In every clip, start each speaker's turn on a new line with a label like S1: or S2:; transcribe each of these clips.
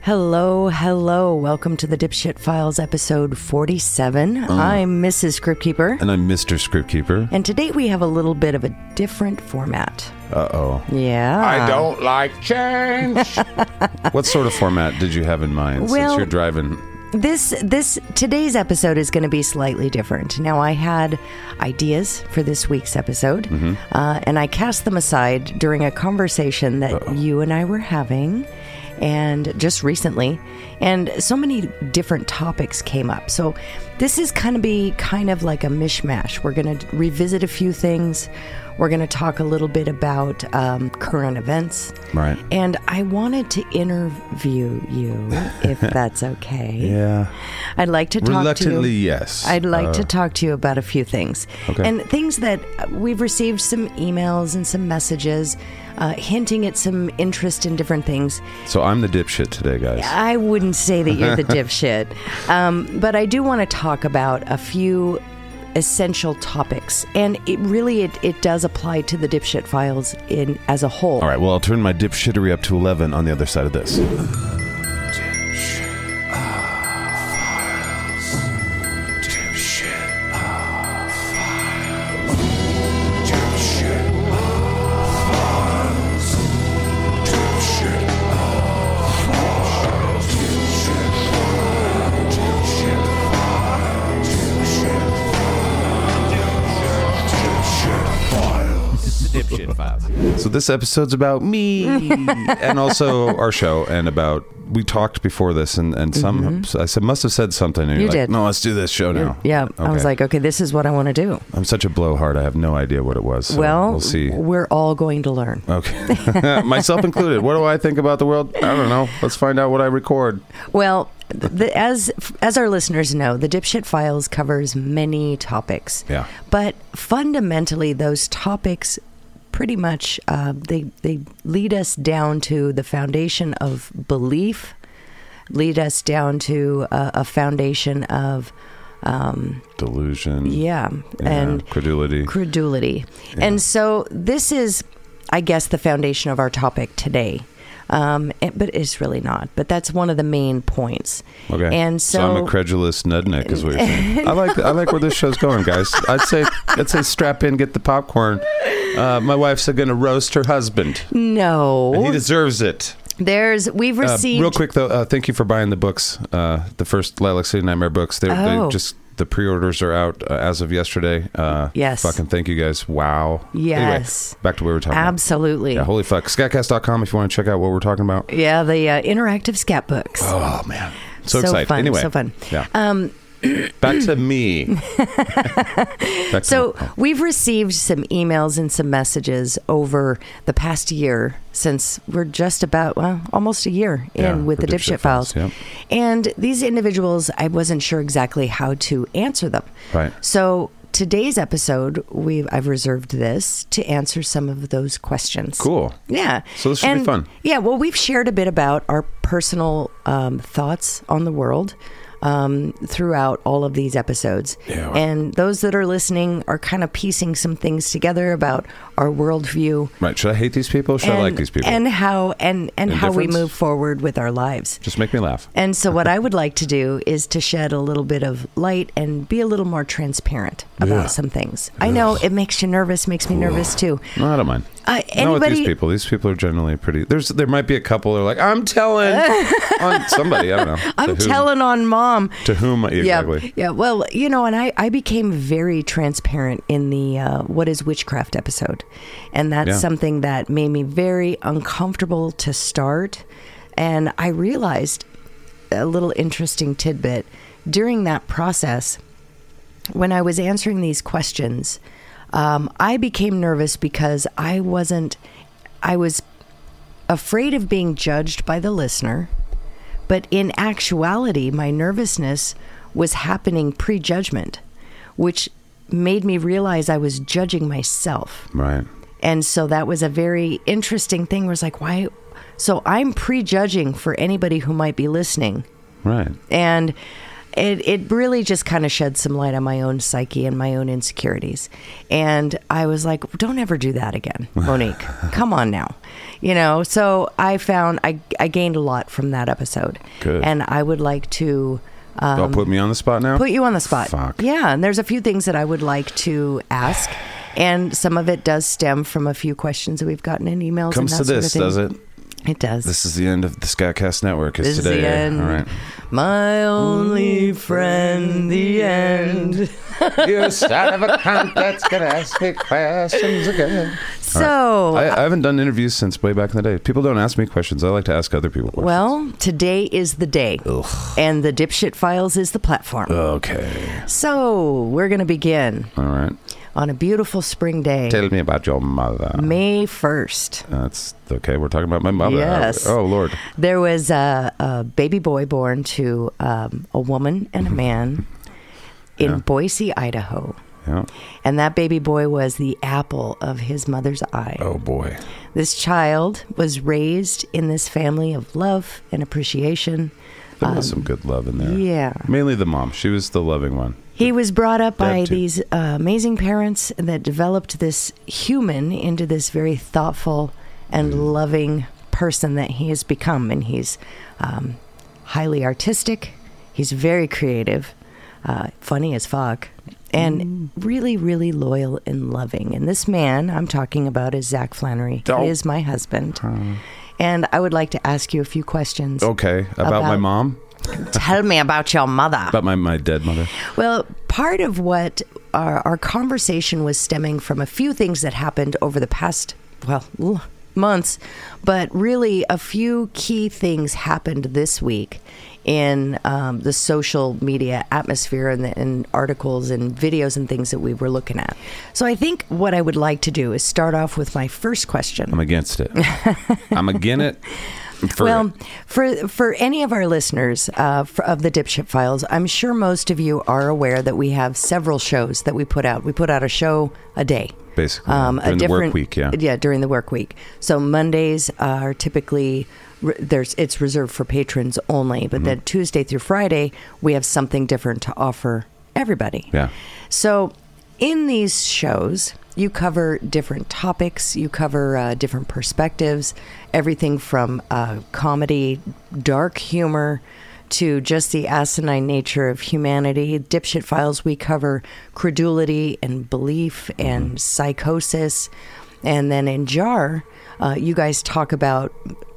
S1: Hello, hello. Welcome to the Dipshit Files episode 47. I'm Mrs. Scriptkeeper.
S2: And I'm Mr. Scriptkeeper.
S1: And today we have a little bit of a different format.
S2: Uh oh.
S1: Yeah.
S3: I don't like change.
S2: What sort of format did you have in mind
S1: Well-
S2: since you're driving?
S1: This this today's episode is going to be slightly different. Now I had ideas for this week's episode,
S2: Mm-hmm.
S1: uh, and I cast them aside during a conversation that you and I were having, and just recently, and so many different topics came up. So this is kind of be kind of like a mishmash. We're going to revisit a few things. We're going to talk a little bit about um, current events.
S2: Right.
S1: And I wanted to interview you, if that's okay.
S2: Yeah.
S1: I'd like to talk
S2: Reluctantly,
S1: to you.
S2: yes.
S1: I'd like
S2: Uh,
S1: to talk to you about a few things.
S2: Okay.
S1: And things that uh, we've received some emails and some messages uh, hinting at some interest in different things.
S2: So I'm the dipshit today, guys.
S1: I wouldn't say that you're the dipshit, um, but I do want to talk about a few essential topics, and it really it, it does apply to the dipshit files in as a whole.
S2: All right, well, I'll turn my dipshittery up to 11 on the other side of this. So this episode's about me and also our show and about we talked before this and and some I said must have said something and you're
S1: Mm-hmm. You
S2: like
S1: did.
S2: no let's do this show now
S1: Yeah, I was
S2: Okay.
S1: like, okay, this is what I want to do.
S2: I'm such a blowhard I have no idea what it was so
S1: well,
S2: we'll see
S1: We're all going to learn.
S2: okay myself included what do I think about the world I don't know let's find out what I record
S1: Well, the, as as our listeners know, the Dipshit Files covers many topics.
S2: Yeah.
S1: But fundamentally, those topics pretty much uh, they they lead us down to the foundation of belief, lead us down to a, a foundation of um,
S2: delusion
S1: yeah,
S2: yeah,
S1: and
S2: credulity
S1: credulity. And so this is, I guess, the foundation of our topic today. Um, it- but it's really not. But that's one of the main points.
S2: Okay.
S1: And so,
S2: I'm a credulous nudneck, is what you're saying. I like I like where this show's going, guys. I'd say I'd say strap in, get the popcorn. Uh, my wife's going to roast her husband. And he
S1: no,
S2: deserves it.
S1: there's we've
S2: Uh,
S1: received
S2: real quick though, uh, thank you for buying the books. Uh, the first Lilac City Nightmare books. They're,
S1: Oh.
S2: they just the pre-orders are out uh, as of yesterday. Uh,
S1: Yes.
S2: Fucking thank you guys. Wow. Anyway,
S1: Yes.
S2: back to what we were talking. about.
S1: absolutely.
S2: Yeah,
S1: Yeah,
S2: holy fuck. Scatcast.com if you want to check out what we're talking about.
S1: the uh, interactive scat books.
S2: Oh man. So,
S1: So
S2: excited.
S1: fun,
S2: anyway.
S1: so fun.
S2: Yeah. Um back to me. Back to
S1: So
S2: me. Oh,
S1: we've received some emails and some messages over the past year since we're just about well, almost a year in
S2: Yeah,
S1: with the
S2: for
S1: dipshit,
S2: Dipshit
S1: files.
S2: Files,
S1: And these individuals, I wasn't sure exactly how to answer them.
S2: Right.
S1: So today's episode, we have I've reserved this to answer some of those questions.
S2: cool.
S1: Yeah.
S2: So this should be
S1: And-
S2: fun.
S1: Yeah. Well, we've shared a bit about our personal um, thoughts on the world um, throughout all of these episodes.
S2: Yeah.
S1: And those that are listening are kind of piecing some things together about our worldview.
S2: Right. Should I hate these people? Should I
S1: and,
S2: like these people?
S1: And how and and how we
S2: Indifference?
S1: move forward with our lives.
S2: Just make me laugh.
S1: And so, what I would like to do is to shed a little bit of light and be a little more transparent about
S2: Yeah.
S1: some things. I know it makes you nervous, makes me nervous too.
S2: No, I don't mind.
S1: Uh,
S2: Not with
S1: anybody-
S2: these people. These people are generally pretty. There's there might be a couple that are like, I'm telling on somebody. I don't know.
S1: I'm
S2: To whom-
S1: telling on mom.
S2: to whom exactly.
S1: Yeah, yeah. Well, you know, and I, I became very transparent in the uh, "What Is Witchcraft" episode, and that's
S2: Yeah.
S1: something that made me very uncomfortable to start. And I realized a little interesting tidbit during that process when I was answering these questions. Um, I became nervous because I wasn't. I was afraid of being judged by the listener, but in actuality, my nervousness was happening prejudgment, which made me realize I was judging myself.
S2: Right.
S1: And so that was a very interesting thing. Was like, why? So I'm prejudging for anybody who might be listening,
S2: Right.
S1: and it, it really just kind of shed some light on my own psyche and my own insecurities. And I was like, don't ever do that again, Monique. Come on now. You know, so I found I, I gained a lot from that episode.
S2: Good.
S1: And I would like to um,
S2: Don't put me on the spot now.
S1: put you on the spot.
S2: Fuck.
S1: Yeah, and there's a few things that I would like to ask, and some of it does stem from a few questions that we've gotten in emails.
S2: Comes to
S1: and that
S2: this,
S1: sort of
S2: does
S1: thing.
S2: it?
S1: It does.
S2: This is the end of the Scoutcast Network. Is
S1: This is
S2: today.
S1: the end.
S2: All right.
S1: My only friend, the end.
S3: You son of a cunt that's gonna ask me questions again.
S1: So,
S2: I, I haven't done interviews since way back in the day. People don't ask me questions. I like to ask other people questions.
S1: well, today is the day, and the Dipshit Files is the platform.
S2: Okay.
S1: So, we're going to begin
S2: All right.
S1: on a beautiful spring day,
S2: Tell me about your mother.
S1: May 1st.
S2: That's okay. We're talking about my mother.
S1: Yes.
S2: Oh, Lord.
S1: There was a, a baby boy born to um, a woman
S2: Mm-hmm.
S1: and a man in Boise, Idaho.
S2: Yeah.
S1: And that baby boy was the apple of his mother's eye.
S2: Oh, boy.
S1: This child was raised in this family of love and appreciation.
S2: There was some good love in there.
S1: Um, yeah.
S2: Mainly the mom. She was the loving one.
S1: He was brought up by
S2: too.
S1: these uh, amazing parents that developed this human into this very thoughtful and
S2: Mm-hmm.
S1: loving person that he has become. And he's um, highly artistic, he's very creative, uh, funny as fuck,
S2: Mm.
S1: and really, really loyal and loving. And this man I'm talking about is Zach Flannery.
S2: Oh.
S1: He is my husband. And I would like to ask you a few questions.
S2: Okay. About, my
S1: About-
S2: mom?
S1: Tell me about your mother.
S2: About my, my dead mother?
S1: Well, part of what our, our conversation was stemming from a few things that happened over the past, well, l- months, but really a few key things happened this week in um, the social media atmosphere and, the, and articles and videos and things that we were looking at. So I think what I would like to do is start off with my first question.
S2: I'm against it. I'm against it. For
S1: Well,
S2: it.
S1: for for any of our listeners uh, for, of the Dipshit Files, I'm sure most of you are aware that we have several shows that we put out. We put out a show a day,
S2: Basically,
S1: um,
S2: yeah. During the work week, yeah.
S1: during the work week. So Mondays are typically re- there's it's reserved for patrons only,
S2: Mm-hmm.
S1: but then Tuesday through Friday we have something different to offer everybody.
S2: Yeah.
S1: So, in these shows, you cover different topics, you cover uh, different perspectives, everything from uh, comedy, dark humor, to just the asinine nature of humanity. Dipshit Files, we cover credulity and belief and psychosis. And then in Jar, uh, you guys talk about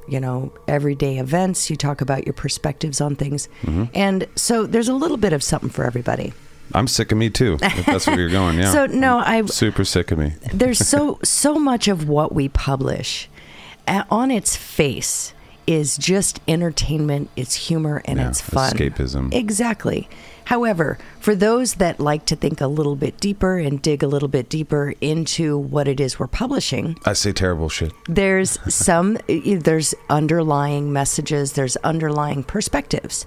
S1: you know everyday events you talk about your perspectives on things and so there's a little bit of something for everybody
S2: I'm sick of me too. If that's where you're going, yeah.
S1: so no, I
S2: Super sick of me.
S1: there's so so much of what we publish uh, on its face is just entertainment, it's humor and
S2: Yeah,
S1: it's fun.
S2: escapism.
S1: Exactly. However, for those that like to think a little bit deeper and dig a little bit deeper into what it is we're publishing,
S2: I say terrible shit.
S1: there's some e, there's underlying messages there's underlying perspectives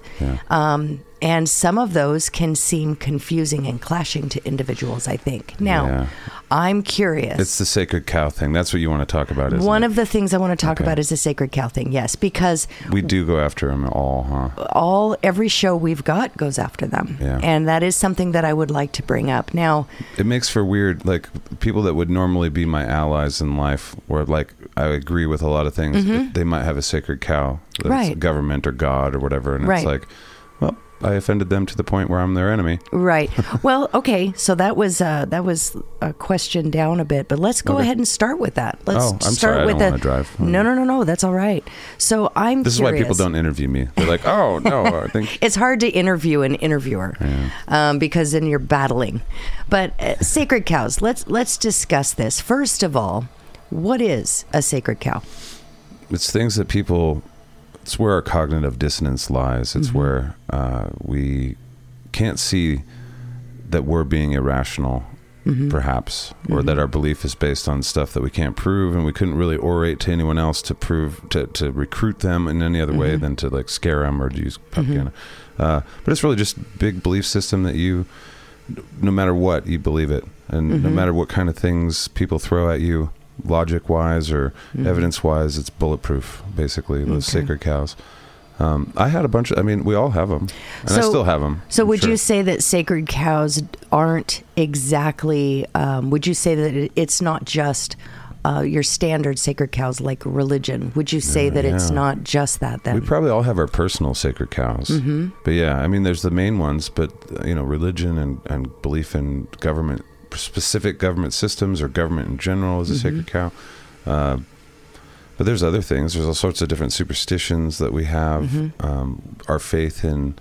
S1: um, and some of those can seem confusing and clashing to individuals i think now
S2: Yeah.
S1: i'm curious
S2: It's the sacred cow thing. That's what you want to talk about, isn't
S1: one
S2: it?
S1: of the things i want to talk
S2: Okay.
S1: about is the sacred cow thing yes because
S2: we do go after them all, huh?
S1: all every show we've got goes after them
S2: Yeah.
S1: and that is something that i would like to bring up now
S2: It makes for weird, like people that would normally be my allies in life, where like I agree with a lot of things, they might have a sacred cow, that's
S1: Mm-hmm. Right.
S2: government or God or whatever, and
S1: Right.
S2: it's like, well, I offended them to the point where I'm their enemy.
S1: Right. Well, okay. So that was uh, that was a question down a bit, but let's go
S2: Okay.
S1: ahead and start with that. Let's
S2: Oh, I'm
S1: start
S2: sorry, I
S1: with
S2: don't
S1: the-
S2: wanna drive.
S1: No, no, no, no. That's all right. So I'm.
S2: This is why people
S1: curious.
S2: don't interview me. They're like, oh no, I think
S1: It's hard to interview an interviewer
S2: Yeah.
S1: um, because then you're battling. But uh, sacred cows. Let's let's discuss this first of all. What is a sacred cow?
S2: it's things that people it's where our cognitive dissonance lies it's where uh, we can't see that we're being irrational
S1: Mm-hmm.
S2: perhaps or that our belief is based on stuff that we can't prove and we couldn't really orate to anyone else to prove to, to recruit them in any other way
S1: Mm-hmm.
S2: than to like scare them or to use propaganda uh, but it's really just big belief system that you no matter what you believe it and
S1: Mm-hmm.
S2: no matter what kind of things people throw at you logic wise or evidence wise it's bulletproof basically those
S1: Mm-hmm. Okay.
S2: sacred cows Um, I had a bunch of. I mean, we all have them, and I
S1: So-
S2: still have them.
S1: So, would you say that sacred cows aren't exactly? Um, would you say that it, it's not just uh, your standard sacred cows like religion? Would you say that it's
S2: Uh, yeah.
S1: not just that
S2: We
S1: then?
S2: probably all have our personal sacred cows, mm-hmm. but yeah, I mean, there's the main ones, but uh, you know, religion and, and belief in government, specific government systems or government in general
S1: Mm-hmm.
S2: is a sacred cow. Uh, but there's other things. There's all sorts of different superstitions that we have.
S1: Mm-hmm.
S2: Um, our faith in,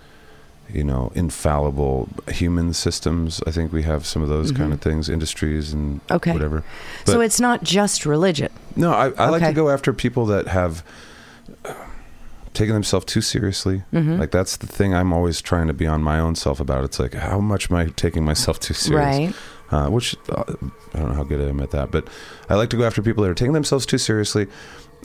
S2: you know, infallible human systems. I think we have some of those kind of things, industries and
S1: Mm-hmm. Okay.
S2: whatever.
S1: so
S2: but-
S1: it's not just religion.
S2: No, I, I like to
S1: Okay.
S2: go after people that have uh, taken themselves too seriously.
S1: Mm-hmm.
S2: Like that's the thing I'm always trying to be on my own self about. It's like how much am I taking myself too serious?
S1: Right.
S2: Uh, which uh, I don't know how good I am at that, but I like to go after people that are taking themselves too seriously,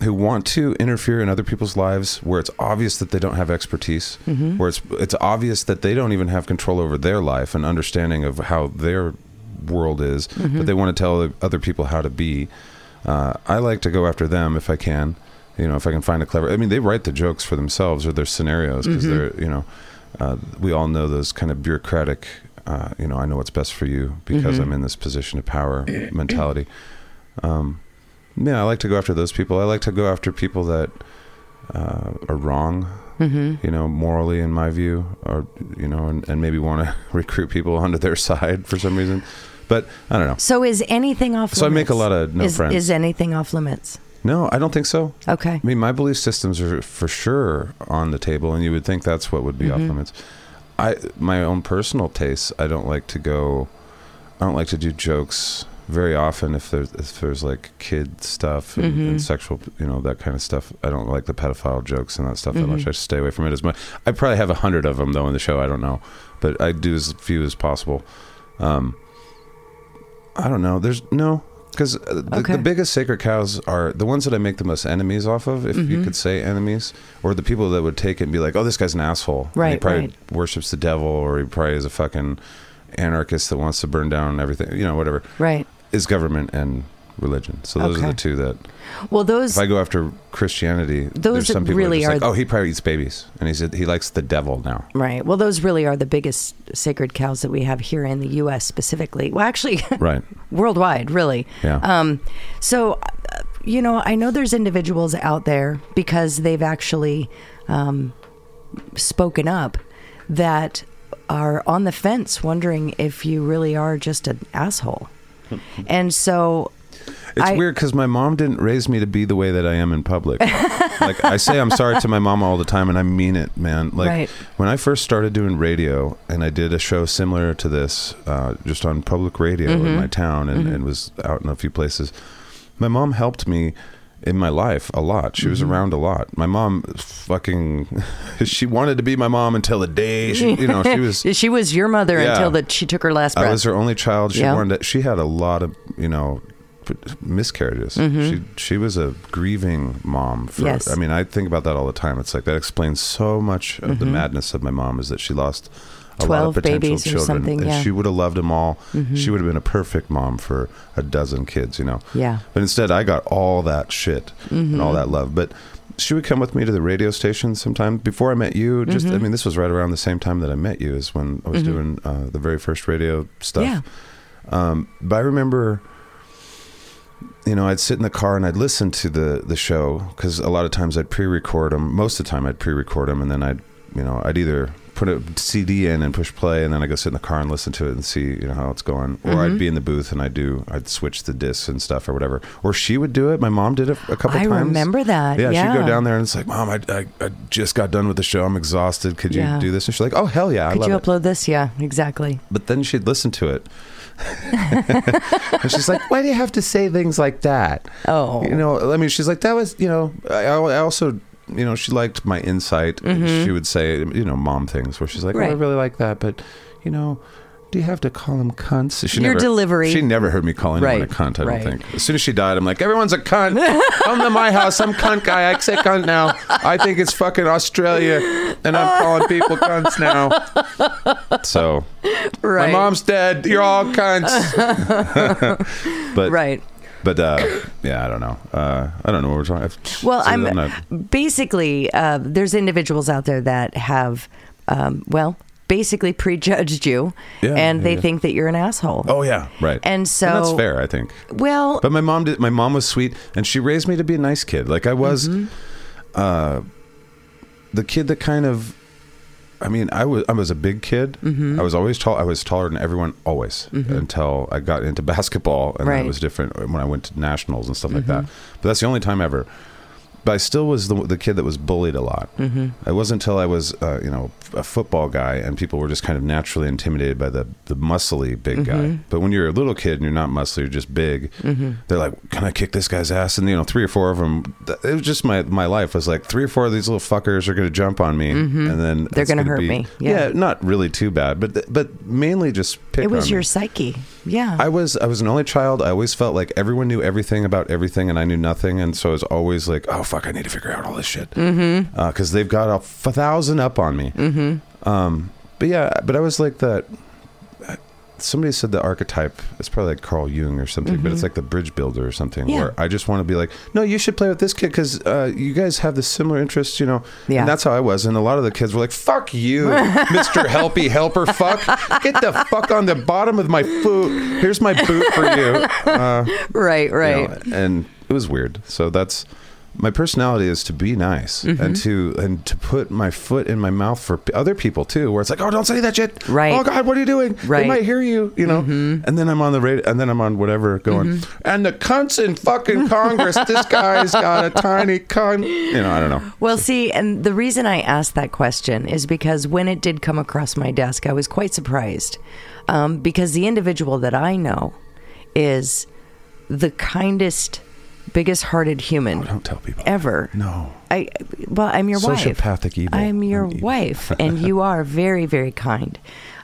S2: who want to interfere in other people's lives, where it's obvious that they don't have expertise,
S1: Mm-hmm.
S2: where it's it's obvious that they don't even have control over their life and understanding of how their world is,
S1: Mm-hmm.
S2: but they want to tell other people how to be. Uh, I like to go after them if I can, you know, if I can find a clever. I mean, they write the jokes for themselves or their scenarios because
S1: Mm-hmm.
S2: they're you know uh, we all know those kind of bureaucratic, uh, you know, I know what's best for you because
S1: Mm-hmm.
S2: I'm in this position of power mentality. Um, yeah, I like to go after those people. I like to go after people that uh, are wrong,
S1: Mm-hmm.
S2: you know, morally, in my view, or, you know, and, and maybe want to recruit people onto their side for some reason. But I don't know.
S1: So is anything off?
S2: So I
S1: limits?
S2: make a lot of no
S1: is,
S2: friends.
S1: Is anything off limits?
S2: No, I don't think so.
S1: Okay.
S2: I mean, my belief systems are for sure on the table, and you would think that's what would be off limits. I, my own personal tastes, I don't like to go. I don't like to do jokes very often if there's if there's like kid stuff and, and sexual, you know, that kind of stuff. I don't like the pedophile jokes and that stuff that much. I stay away from it as much. I probably have a hundred of them though in the show. I don't know, but I do as few as possible. Um, I don't know. There's no because the,
S1: Okay.
S2: the biggest sacred cows are the ones that I make the most enemies off of, if
S1: Mm-hmm.
S2: you could say enemies, or the people that would take it and be like, "Oh, this guy's an asshole. and he
S1: Right,
S2: probably
S1: right.
S2: worships the devil, or he probably is a fucking anarchist that wants to burn down everything. You know, whatever
S1: Right.
S2: is government and religion. So those are
S1: Okay.
S2: the two that
S1: Well, those.
S2: if I go after Christianity,
S1: Those
S2: there's some
S1: that
S2: people
S1: really
S2: that are, just
S1: are-
S2: like, "Oh, he probably eats babies, and he said he likes the devil now."
S1: Right. Well, those really are the biggest sacred cows that we have here in the U.S. specifically. Well, actually,
S2: Right?
S1: worldwide, really.
S2: Yeah.
S1: Um, so, uh, you know, I know there's individuals out there because they've actually um, spoken up that are on the fence, wondering if you really are just an asshole. and so,
S2: It's
S1: I-
S2: weird because my mom didn't raise me to be the way that I am in public. like I say, I'm sorry to my mom all the time, and I mean it, man. Like
S1: Right.
S2: when I first started doing radio, and I did a show similar to this, uh, just on public radio
S1: Mm-hmm.
S2: in my town, and, and was out in a few places. My mom helped me in my life a lot. She
S1: Mm-hmm.
S2: was around a lot. My mom, fucking, she wanted to be my mom until the day she, you know, she was.
S1: she was your mother
S2: Yeah.
S1: until that she took her last breath.
S2: I was her only child. She
S1: Yeah.
S2: wanted. To, she had a lot of you know p- miscarriages. She she was a grieving mom. For,
S1: Mm-hmm. Yes.
S2: I mean, I think about that all the time. It's like that explains so much of the madness of my mom is that she lost a lot
S1: 12
S2: of potential
S1: Mm-hmm. babies or
S2: children,
S1: something,
S2: and
S1: yeah.
S2: she would have loved them all.
S1: Mm-hmm.
S2: She would have been a perfect mom for a dozen kids. You know.
S1: Yeah.
S2: But instead, I got all that shit and
S1: Mm-hmm.
S2: all that love. But she would come with me to the radio station sometime before I met you. Just,
S1: Mm-hmm.
S2: I mean, this was right around the same time that I met you, is when I was doing uh, the very first radio stuff.
S1: Yeah.
S2: Um, but I remember, you know, I'd sit in the car and I'd listen to the the show because a lot of times I'd pre-record them. Most of the time I'd pre-record them, and then I'd, you know, I'd either put a CD in and push play, and then I go sit in the car and listen to it and see, you know, how it's going. Or
S1: Mm-hmm.
S2: I'd be in the booth and I do, I'd switch the discs and stuff or whatever. Or she would do it. My mom did it a couple
S1: I
S2: times.
S1: remember that.
S2: Yeah,
S1: Yeah.
S2: she'd go down there and it's like, Mom, I, I, I just got done with the show. I'm exhausted. Could you
S1: Yeah.
S2: do this? And she's like, Oh, hell yeah. I
S1: Could
S2: love
S1: you
S2: it
S1: upload this? Yeah, exactly.
S2: but then she'd listen to it. and she's like, "Why do you have to say things like that?"
S1: Oh.
S2: You know, I mean, she's like, "That was, you know." I, I also, you know, she liked my insight. She would say, you know, mom things where she's like, "Oh, I
S1: Mm-hmm. Right.
S2: really like that," but you know. Do you have to call them cunts? She
S1: Your
S2: never,
S1: delivery.
S2: She never heard me call anyone
S1: Right,
S2: a cunt. I
S1: right.
S2: don't think. As soon as she died, I'm like, everyone's a cunt. Come to my house. I'm cunt guy. I say cunt now. I think it's fucking Australia, and I'm calling people cunts now. So
S1: Right.
S2: my mom's dead. You're all cunts. but
S1: Right.
S2: But uh, yeah, I don't know. Uh, I don't know what we're talking. I've-
S1: Well,
S2: so
S1: I'm,
S2: not-
S1: basically uh, there's individuals out there that have, um, well, basically prejudged you,
S2: Yeah,
S1: and they
S2: yeah.
S1: think that you're an asshole.
S2: oh yeah, right.
S1: And so-
S2: that's fair, I think.
S1: Well,
S2: But my mom did. My mom was sweet, and she raised me to be a nice kid. Like I was,
S1: Mm-hmm.
S2: uh, the kid that kind of. I mean, I was I was a big kid.
S1: Mm-hmm.
S2: I was always tall. I was taller than everyone always until I got into basketball, and then
S1: Right. Mm-hmm.
S2: it was different when I went to nationals and stuff like that. But that's the only time ever. But I still was the, the kid that was bullied a lot. Mm-hmm. It wasn't until I was, uh, you know, a football guy, and people were just kind of naturally intimidated by the the muscly big guy.
S1: Mm-hmm.
S2: But when you're a little kid and you're not muscly, you're just big. They're like, "Can I kick this guy's ass?" And you know, three or four of them. It was just my my life was like three or four of these little fuckers are going to jump on me, and
S1: Mm-hmm.
S2: then
S1: They're
S2: it's
S1: gonna
S2: gonna
S1: hurt
S2: be-
S1: me. Yeah.
S2: Yeah. not really too bad, but th- but mainly just pick.
S1: it
S2: on
S1: was your
S2: me.
S1: psyche. Yeah.
S2: I was I was an only child. I always felt like everyone knew everything about everything, and I knew nothing. And so I was always like, "Oh fuck, I need to figure out all this shit," because mm-hmm. they've got a f- thousand up on me. Mm-hmm. Um, but yeah, but I was like that. uh, Somebody said the archetype. It's probably like Carl Jung or something, but it's like the bridge builder or something.
S1: Yeah.
S2: Where I just want to be like, no, you should play with this kid because uh, you guys have the similar interests, you know.
S1: Yeah.
S2: And that's how I was. And a lot of the kids were like, fuck you, Mr. Helpy Helper, fuck. Get the fuck on the bottom of my foot. Here's my boot for you. Uh, you
S1: right. Right.
S2: know, and it was weird. So that's my personality is to be nice
S1: Mm-hmm.
S2: and to and to put my foot in my mouth for p- other people too where it's like oh don't say that shit
S1: Right.
S2: oh god what are you doing
S1: Right. Mm-hmm.
S2: they might hear you you know and then i'm on the radio and then i'm on whatever going and the cunts in fucking congress this guy's got a tiny cunt you know i don't know
S1: Well, see, and the reason I asked that question is because when it did come across my desk, I was quite surprised um, because the individual that I know is the kindest, biggest hearted human
S2: don't tell people
S1: ever.
S2: no
S1: I well, I'm your wife.
S2: Sociopathic evil.
S1: I'm your
S2: I'm evil.
S1: wife, and you are very, very kind.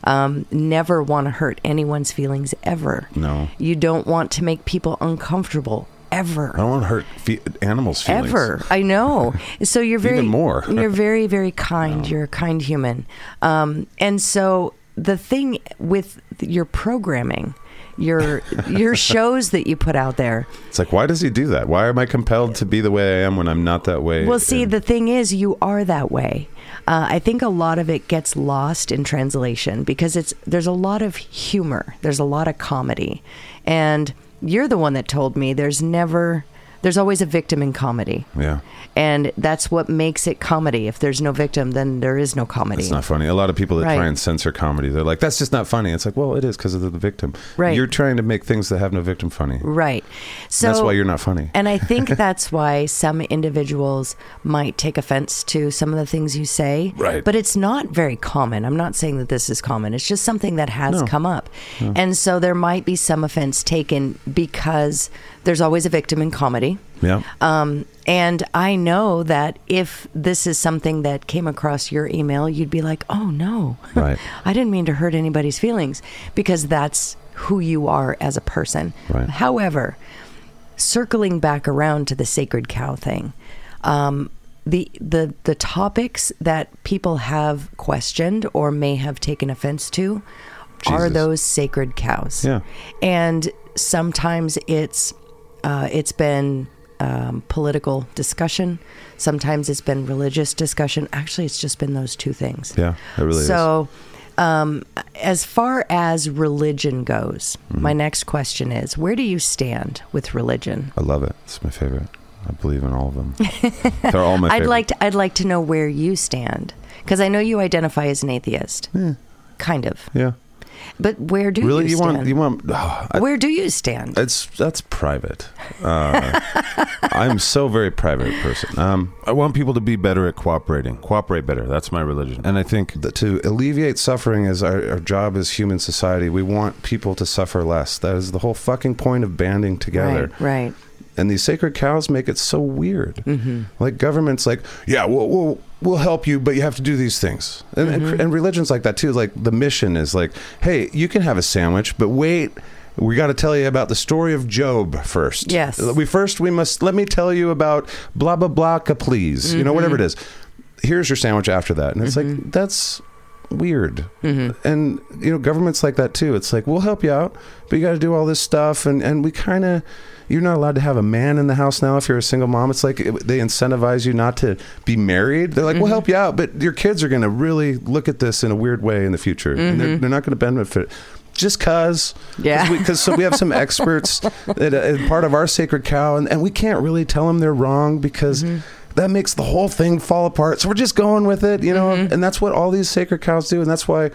S1: Um, never want to hurt anyone's feelings ever.
S2: No.
S1: you don't want to make people uncomfortable ever.
S2: I don't want to hurt fe- animals' feelings.
S1: Ever, I know. So you're very
S2: Even more.
S1: you're very very kind. You're a kind human. Um, and so the thing with your programming, your your shows that you put out there,
S2: It's like, why does he do that? Why am I compelled to be the way I am when I'm not that way?
S1: Well, see,
S2: And-
S1: the thing is, you are that way. Uh, I think a lot of it gets lost in translation because it's there's a lot of humor, there's a lot of comedy, and you're the one that told me there's never there's always a victim in comedy.
S2: yeah,
S1: And that's what makes it comedy. If there's no victim, then there is no comedy.
S2: it's not funny. A lot of people that
S1: Right.
S2: try and censor comedy, they're like, that's just not funny. It's like, well, it is because of the victim.
S1: Right.
S2: You're trying to make things that have no victim funny.
S1: Right. So
S2: That's why you're not funny.
S1: And I think that's why some individuals might take offense to some of the things you say.
S2: Right.
S1: But it's not very common. I'm not saying that this is common. It's just something that has
S2: No.
S1: come up. And so there might be some offense taken because there's always a victim in comedy.
S2: yeah.
S1: Um, and I know that if this is something that came across your email, you'd be like, oh no,
S2: Right.
S1: I didn't mean to hurt anybody's feelings because that's who you are as a person.
S2: Right.
S1: However, circling back around to the sacred cow thing, um, the, the the topics that people have questioned or may have taken offense to are
S2: Jesus.
S1: those sacred cows
S2: Yeah.
S1: and sometimes it's uh, it's been um, political discussion. Sometimes it's been religious discussion. Actually, it's just been those two things.
S2: yeah, it really is.
S1: so, um, as far as religion goes,
S2: Mm-hmm.
S1: my next question is: Where do you stand with religion?
S2: I love it. It's my favorite. I believe in all of them. they're all my
S1: I'd
S2: favorite.
S1: like to, I'd like to know where you stand because I know you identify as an atheist, kind of.
S2: yeah.
S1: But where do
S2: Really?
S1: you,
S2: You
S1: stand?
S2: want, you want, oh, I-
S1: where do you stand?
S2: It's that's private. Uh, I'm so very private person. Um, I want people to be better at cooperating. Cooperate better. That's my religion. And I think that to alleviate suffering is our, our job as human society. We want people to suffer less. That is the whole fucking point of banding together
S1: right, right.
S2: and these sacred cows make it so weird. Like governments, like yeah, we'll, we'll we'll help you, but you have to do these things, and, and and religions like that too. Like the mission is like, hey, you can have a sandwich, but wait. We got to tell you about the story of Job first.
S1: Yes.
S2: We first we must let me tell you about blah blah blah. Please, you know whatever it is. Here's your sandwich after that, and it's like that's weird. And you know, government's like that too. It's like we'll help you out, but you got to do all this stuff, and and we kind of you're not allowed to have a man in the house now if you're a single mom. It's like it, they incentivize you not to be married. They're like, we'll help you out, but your kids are going to really look at this in a weird way in the future, and they're, they're not going to benefit. Just cause,
S1: Yeah.
S2: because so we have some experts that uh, and part of our sacred cow, and, and we can't really tell them they're wrong because that makes the whole thing fall apart. So we're just going with it, you know, and that's what all these sacred cows do, and that's why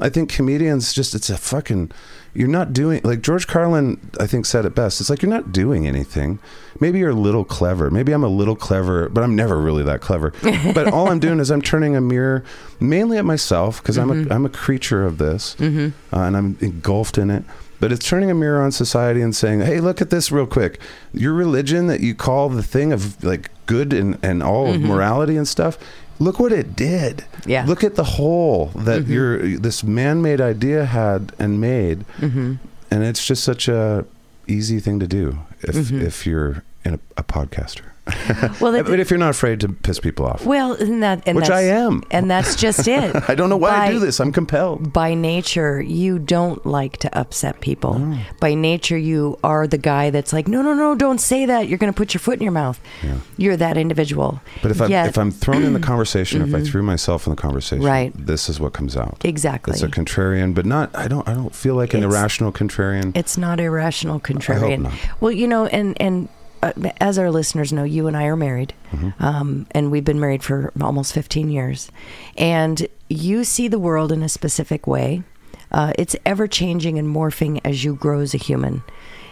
S2: I think comedians just it's a fucking you're not doing like George Carlin I think said it best. It's like you're not doing anything. Maybe you're a little clever. Maybe I'm a little clever, but I'm never really that clever. but all I'm doing is I'm turning a mirror mainly at myself because I'm a I'm a creature of this, uh, and I'm engulfed in it. But it's turning a mirror on society and saying, "Hey, look at this real quick. Your religion that you call the thing of like good and and all of morality and stuff. Look what it did.
S1: Mm-hmm. Yeah. Mm-hmm.
S2: Look at the hole that your this man-made idea had and made.
S1: Mm-hmm.
S2: And it's just such a easy thing to do if if you're in a, a podcaster.
S1: Mm-hmm. Well, that-
S2: but if you're not afraid to piss people off,
S1: Well, and that and
S2: Which
S1: that's-
S2: I am.
S1: and that's just it.
S2: I don't know why I
S1: By-
S2: do this. I'm compelled.
S1: By nature, you don't like to upset people.
S2: Oh.
S1: By nature, you are the guy that's like, no, no, no, don't say that. You're going to put your foot in your mouth. You're that individual.
S2: But if I'm,
S1: Yet-
S2: if I'm thrown in the conversation, if I threw myself in the conversation,
S1: Mm-hmm. Right.
S2: this is what comes out.
S1: Exactly.
S2: It's a contrarian, but not. I don't. I don't feel like an
S1: It's-
S2: irrational contrarian.
S1: It's not irrational, contrarian.
S2: Mm-hmm. not.
S1: Well, you know, and and uh, as our listeners know, you and I are married,
S2: Mm-hmm.
S1: um, and we've been married for almost 15 years, and you see the world in a specific way. Uh, it's ever changing and morphing as you grow as a human.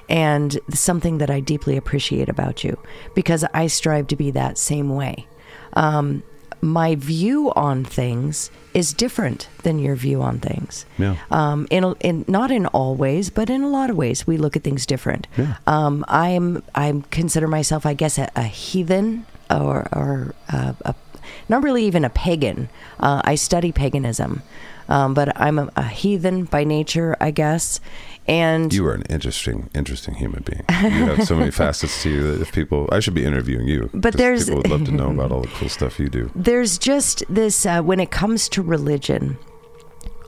S1: And something that I deeply appreciate about you because I strive to be that same way. Um, my view on things is different than your view on things
S2: Yeah.
S1: um, in, in not in all ways, but in a lot of ways, we look at things different. Um, I'm I consider myself, I guess, a, a heathen or or uh, a, not really even a pagan. Uh, I study paganism, um, but I'm a, a heathen by nature, I guess. And
S2: you are an interesting, interesting human being. You have so many facets to you that if people, I should be interviewing you.
S1: But
S2: 'cause
S1: there's-
S2: people would love to know about all the cool stuff you do.
S1: there's just this uh, when it comes to religion.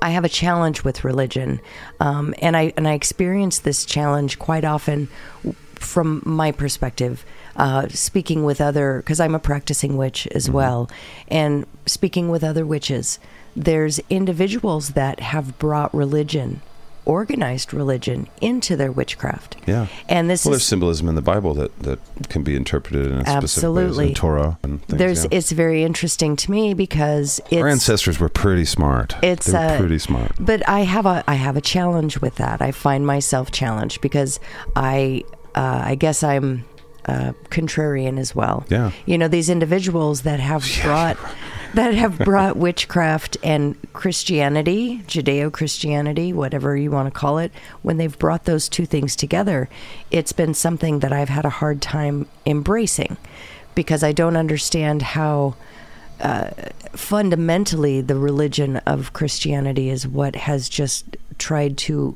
S1: I have a challenge with religion, um, and I and I experience this challenge quite often w- from my perspective, uh, speaking with other because I'm a practicing witch as
S2: Mm-hmm.
S1: well, and speaking with other witches. There's individuals that have brought religion, organized religion, into their witchcraft.
S2: Yeah.
S1: and this
S2: Well,
S1: is
S2: there's symbolism in the Bible that, that can be interpreted in a specific way.
S1: Absolutely.
S2: in Torah and things.
S1: there's
S2: yeah.
S1: it's very interesting to me because it's
S2: Our ancestors were pretty smart.
S1: It's,
S2: they were
S1: uh,
S2: pretty smart.
S1: but I have a I have a challenge with that. I find myself challenged because I uh, I guess I'm uh, contrarian as well.
S2: Yeah.
S1: you know these individuals that have brought that have brought witchcraft and Christianity, Judeo Christianity, whatever you want to call it, when they've brought those two things together, it's been something that I've had a hard time embracing because I don't understand how fundamentally the religion of Christianity is what has just tried to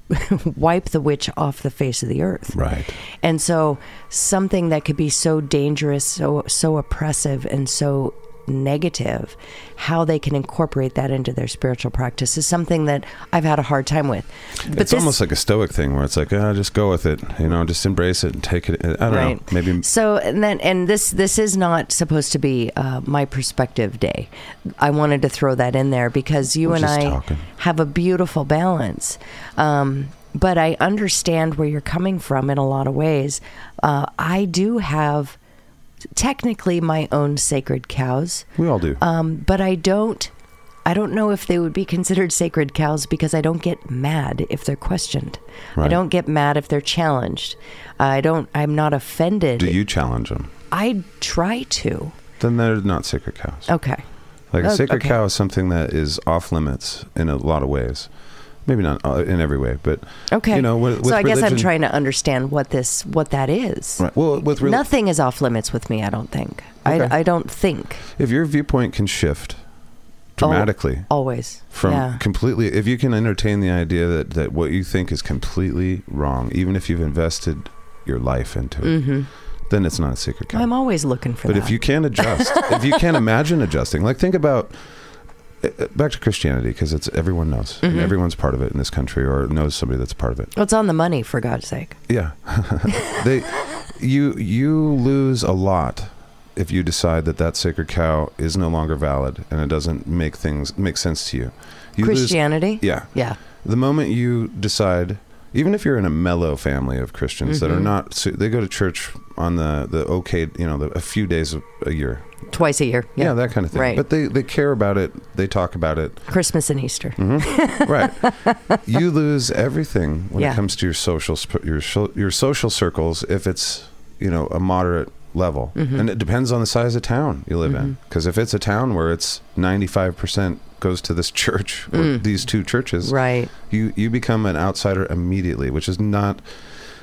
S1: wipe the witch off the face of the earth.
S2: Right.
S1: And so something that could be so dangerous, so so oppressive and so negative, how they can incorporate that into their spiritual practice is something that I've had a hard time with. But
S2: it's almost like a stoic thing where it's like, ah, just go with it, you know, just embrace it and take it. I don't know,
S1: Right.
S2: maybe
S1: So and then and this this is not supposed to be uh, my perspective day. I wanted to throw that in there because you
S2: We're
S1: and
S2: just
S1: I
S2: talking.
S1: have a beautiful balance. Um, but I understand where you're coming from in a lot of ways. Uh, I do have technically my own sacred cows.
S2: we all do.
S1: Um, but I don't. I don't know if they would be considered sacred cows because I don't get mad if they're questioned. I
S2: Right.
S1: don't get mad if they're challenged. I don't. I'm not offended.
S2: do you challenge them?
S1: I try to.
S2: Then they're not sacred cows.
S1: Okay.
S2: Like a
S1: Oh,
S2: sacred
S1: okay.
S2: cow is something that is off limits in a lot of ways. Maybe not uh, in every way, but
S1: Okay.
S2: You know, with, with
S1: so I guess I'm
S2: religion-
S1: trying to understand what this what that is.
S2: Right. Well, with rel-
S1: Nothing is off limits with me. I don't think.
S2: Okay.
S1: I, I don't think
S2: if your viewpoint can shift dramatically
S1: always.
S2: from
S1: Oh. yeah.
S2: completely, if you can entertain the idea that that what you think is completely wrong, even if you've invested your life into it,
S1: Mm.
S2: then it's not a sacred cow.
S1: I'm Mm-hmm. always looking for
S2: But
S1: that.
S2: if you can adjust, if you can imagine adjusting, like think about uh, back to Christianity because it's everyone knows
S1: Mm-hmm.
S2: and everyone's part of it in this country or knows somebody that's part of it.
S1: Well, it's on the money, for God's sake.
S2: Yeah, they you you lose a lot if you decide that that sacred cow is no longer valid and it doesn't make things make sense to you. you lose-
S1: Christianity?
S2: yeah,
S1: Yeah.
S2: the moment you decide even if you're in a mellow family of christians that are
S1: Mm-hmm.
S2: not so they go to church on the the okay you know the, a few days a, a year
S1: Twice a year.
S2: yeah. that kind of thing
S1: Right.
S2: but they they care about it they talk about it Mm-hmm.
S1: Christmas and Easter.
S2: right you lose everything when
S1: Yeah.
S2: it comes to your social sp- your so- your social circles if it's you know a moderate level
S1: Mm-hmm.
S2: and it depends on the size of town you live in because if it's a town where it's 95% goes to this church or
S1: Mm.
S2: these two churches
S1: Right.
S2: you you become an outsider immediately which is not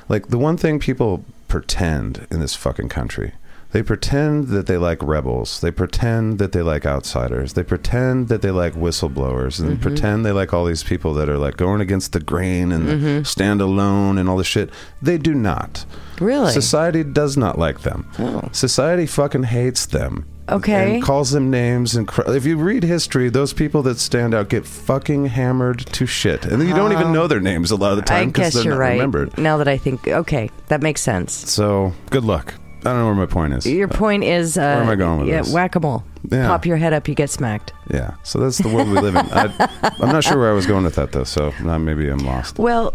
S2: like the one thing people pretend in this fucking country they pretend that they like rebels they pretend that they like outsiders they pretend that they like whistleblowers and pretend they like all these people that are like going against the grain and the stand alone and all this shit they do not
S1: Really?
S2: Society does not like them.
S1: Oh.
S2: Society fucking hates them.
S1: Okay.
S2: And calls them names and cr- if you read history, those people that stand out get fucking hammered to shit, and then you don't even know their names a lot of the
S1: Oh. I
S2: time
S1: guess
S2: because they're
S1: you're
S2: not
S1: right.
S2: remembered.
S1: Now that I think, okay, that makes sense.
S2: So good luck. I don't know where my point is.
S1: Your point is, uh,
S2: am I going with
S1: yeah,
S2: this?
S1: whack a mole.
S2: Yeah.
S1: Pop your head up, you get smacked.
S2: Yeah. So that's the world we live in. I, I'm not sure where I was going with that though. So now maybe I'm lost.
S1: Well,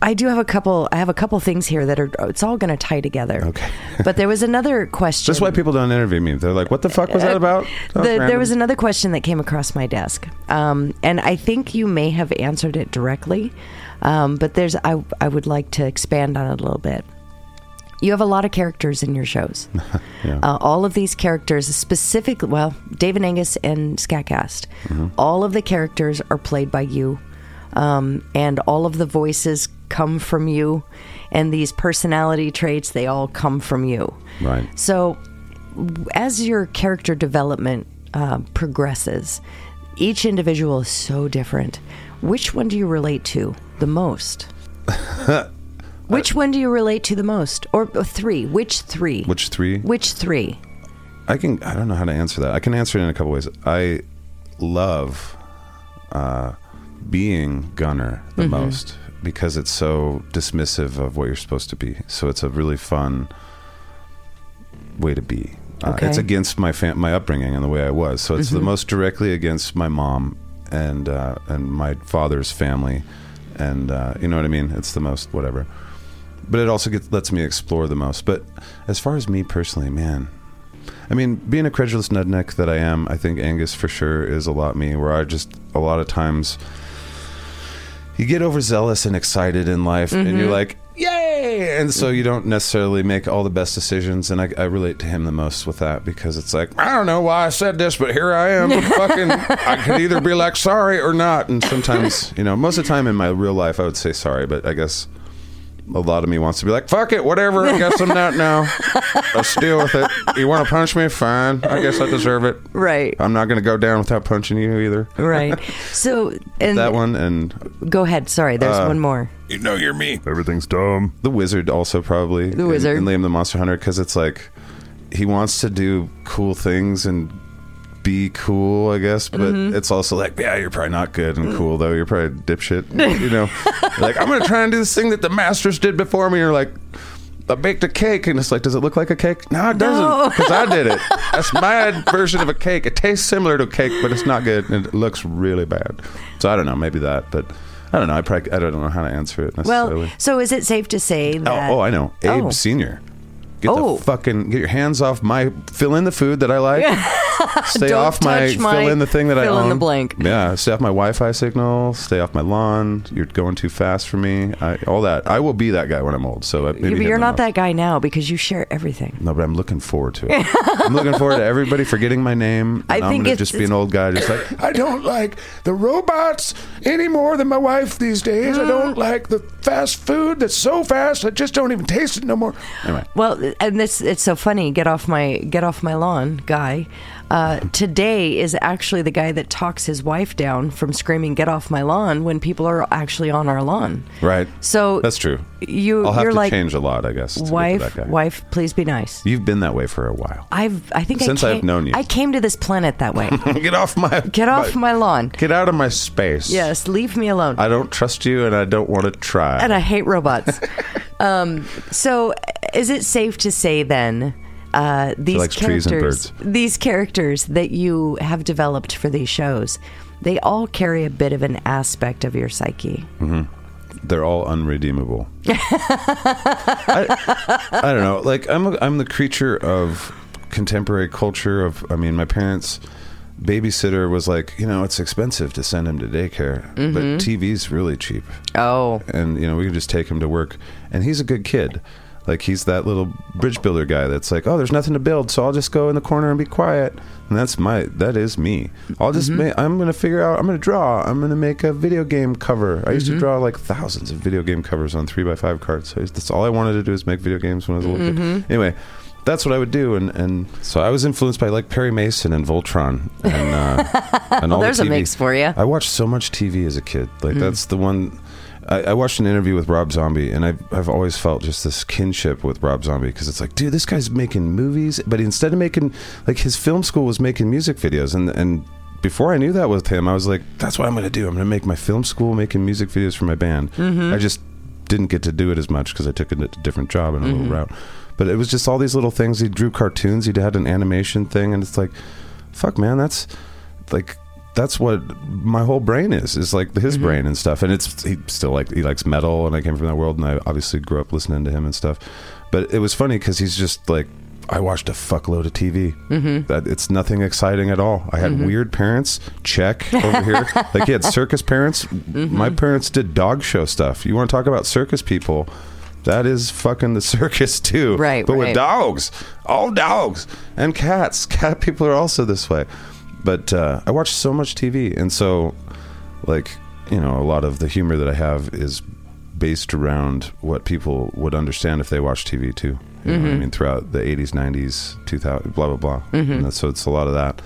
S1: I do have a couple. I have a couple things here that are. It's all going to tie together.
S2: Okay.
S1: but there was another question.
S2: That's why people don't interview me. They're like, "What the fuck was that about?" That
S1: Uh, The,
S2: was
S1: there
S2: random.
S1: was another question that came across my desk, um, and I think you may have answered it directly, um, but there's I, I would like to expand on it a little bit. You have a lot of characters in your shows.
S2: Yeah.
S1: uh, all of these characters, specifically, well, David Angus and Scatcast,
S2: Mm-hmm.
S1: all of the characters are played by you, um, and all of the voices come from you, and these personality traits, they all come from you.
S2: right.
S1: So, w- as your character development uh, progresses, each individual is so different. Which one do you relate to the most? Which one do you relate to the most? Or uh, three? Which three?
S2: Which three?
S1: Which three?
S2: I can. I don't know how to answer that. I can answer it in a couple ways. I love uh, being Gunner the most because it's so dismissive of what you're supposed to be. So it's a really fun way to be. Uh,
S1: Okay.
S2: It's against my fam- my upbringing and the way I was. So it's the most directly against my mom and uh, and my father's family, and uh, you know what I mean. It's the most whatever. But it also gets, lets me explore the most. But as far as me personally, man, I mean, being a credulous nudneck that I am, I think Angus for sure is a lot me. Where I just a lot of times you get overzealous and excited in life, and you're like, "Yay!" And so you don't necessarily make all the best decisions. And I, I relate to him the most with that because it's like, I don't know why I said this, but here I am. fucking, I could either be like sorry or not. And sometimes, you know, most of the time in my real life, I would say sorry, but I guess a lot of me wants to be like, fuck it, whatever. I guess I'm not now. Let's deal with it. You want to punch me? Fine. I guess I deserve it.
S1: Right.
S2: I'm not going to go down without punching you either.
S1: Right. So, and
S2: That one Uh, and
S1: go ahead. Sorry, there's one more.
S2: you know you're me.
S4: Everything's dumb.
S2: The Wizard also probably the
S1: Wizard.
S2: and, Liam the Monster Hunter because it's like he wants to do cool things and be cool, I guess, but
S1: Mm-hmm.
S2: it's also like, yeah, you're probably not good
S1: Mm.
S2: and cool though. You're probably a dipshit, you know. like I'm gonna try and do this thing that the masters did before me. You're like. I baked a cake and it's like, does it look like a cake? No,
S1: No.
S2: it doesn't, because I did it. That's my version of a cake. It tastes similar to a cake, but it's not good and it looks really bad. So I don't know, maybe that, but I don't know. I probably I don't know how to answer it
S1: Well,
S2: necessarily.
S1: so is it safe to say that?
S2: Oh, oh, I know. Abe
S1: Oh.
S2: Senior. Get
S1: Oh.
S2: the fucking get your hands off my fill in the food that I like. Stay
S1: Don't
S2: off my,
S1: touch my
S2: fill in the thing that I
S1: fill
S2: own.
S1: in the blank.
S2: Yeah, stay off my Wi-Fi signal. Stay off my lawn. You're going too fast for me. I, all that. I will be that guy when I'm old. So uh, maybe
S1: You- but
S2: hit
S1: you're
S2: them
S1: not
S2: up.
S1: that guy now because you share everything.
S2: No, but I'm looking forward to it. I'm looking forward to everybody forgetting my name.
S1: I
S2: and I'm
S1: think
S2: gonna
S1: it's-
S2: just be an old guy, just like I don't like the robots any more than my wife these days. I don't like the fast food that's so fast I just don't even taste it no more. Anyway,
S1: Well, and this it's so funny. Get off my get off my lawn, guy. Uh, today is actually the guy that talks his wife down from screaming "Get off my lawn" when people are actually on our lawn.
S2: Right.
S1: So
S2: That's true.
S1: You,
S2: I'll have
S1: you're
S2: to
S1: like
S2: change a lot, I guess. to get to
S1: wife,
S2: that guy.
S1: wife, please be nice.
S2: You've been that way for a while.
S1: I've, I think
S2: Since
S1: I
S2: I've
S1: came,
S2: known you.
S1: I came to this planet that way.
S2: Get off my.
S1: Get off my lawn.
S2: Get out of my space.
S1: Yes, leave me alone.
S2: I don't trust you, and I don't want to try.
S1: and I hate robots. um, so, is it safe to say then uh, these
S2: likes trees
S1: characters,
S2: and
S1: these characters that you have developed for these shows, they all carry a bit of an aspect of your psyche.
S2: Hmm. They're all unredeemable. I, I don't know. Like I'm, a, I'm the creature of contemporary culture. Of I mean, my parents' babysitter was like, you know, it's expensive to send him to daycare, but TV's really cheap.
S1: Oh,
S2: and you know we can just take him to work and he's a good kid like he's that little bridge builder guy that's like oh there's nothing to build so i'll just go in the corner and be quiet and that's my that is me i'll just ma- i'm gonna figure out i'm gonna draw i'm gonna make a video game cover i used to draw like thousands of video game covers on 3x5 cards so I used- that's all i wanted to do is make video games when i was a little kid anyway that's what I would do, and, and Mm-hmm. so I was influenced by like Perry Mason and Voltron, and uh, and all
S1: there's a
S2: the TV.
S1: mix for you.
S2: I watched so much TV as a kid. Like that's the one. I, I watched an interview with Rob Zombie, and I've I've always felt just this kinship with Rob Zombie because it's like, dude, this guy's making movies, but instead of making like his film school was making music videos, and and before I knew that with him, I was like, that's what I'm gonna do. I'm gonna make my film school making music videos for my band.
S1: Mm-hmm.
S2: I just didn't get to do it as much because I took a n- different job and a
S1: Mm-hmm.
S2: little route. But it was just all these little things. He drew cartoons. He had an animation thing, and it's like, fuck, man, that's like that's what my whole brain is is like his
S1: Mm-hmm.
S2: brain and stuff and it's he still like he likes metal and i came from that world and i obviously grew up listening to him and stuff but it was funny because he's just like i watched a fuckload of tv mm-hmm. that it's nothing exciting at all i had
S1: Mm-hmm.
S2: weird parents check over here like he had circus parents
S1: Mm-hmm.
S2: my parents did dog show stuff you want to talk about circus people that is fucking the circus too
S1: Right,
S2: but
S1: right.
S2: with dogs all dogs and cats cat people are also this way but uh, i watch so much tv and so like you know a lot of the humor that i have is based around what people would understand if they watched tv too you know what i
S1: Mm-hmm.
S2: mean throughout the 80s 90s 2000 blah blah blah and that's- so it's a lot of that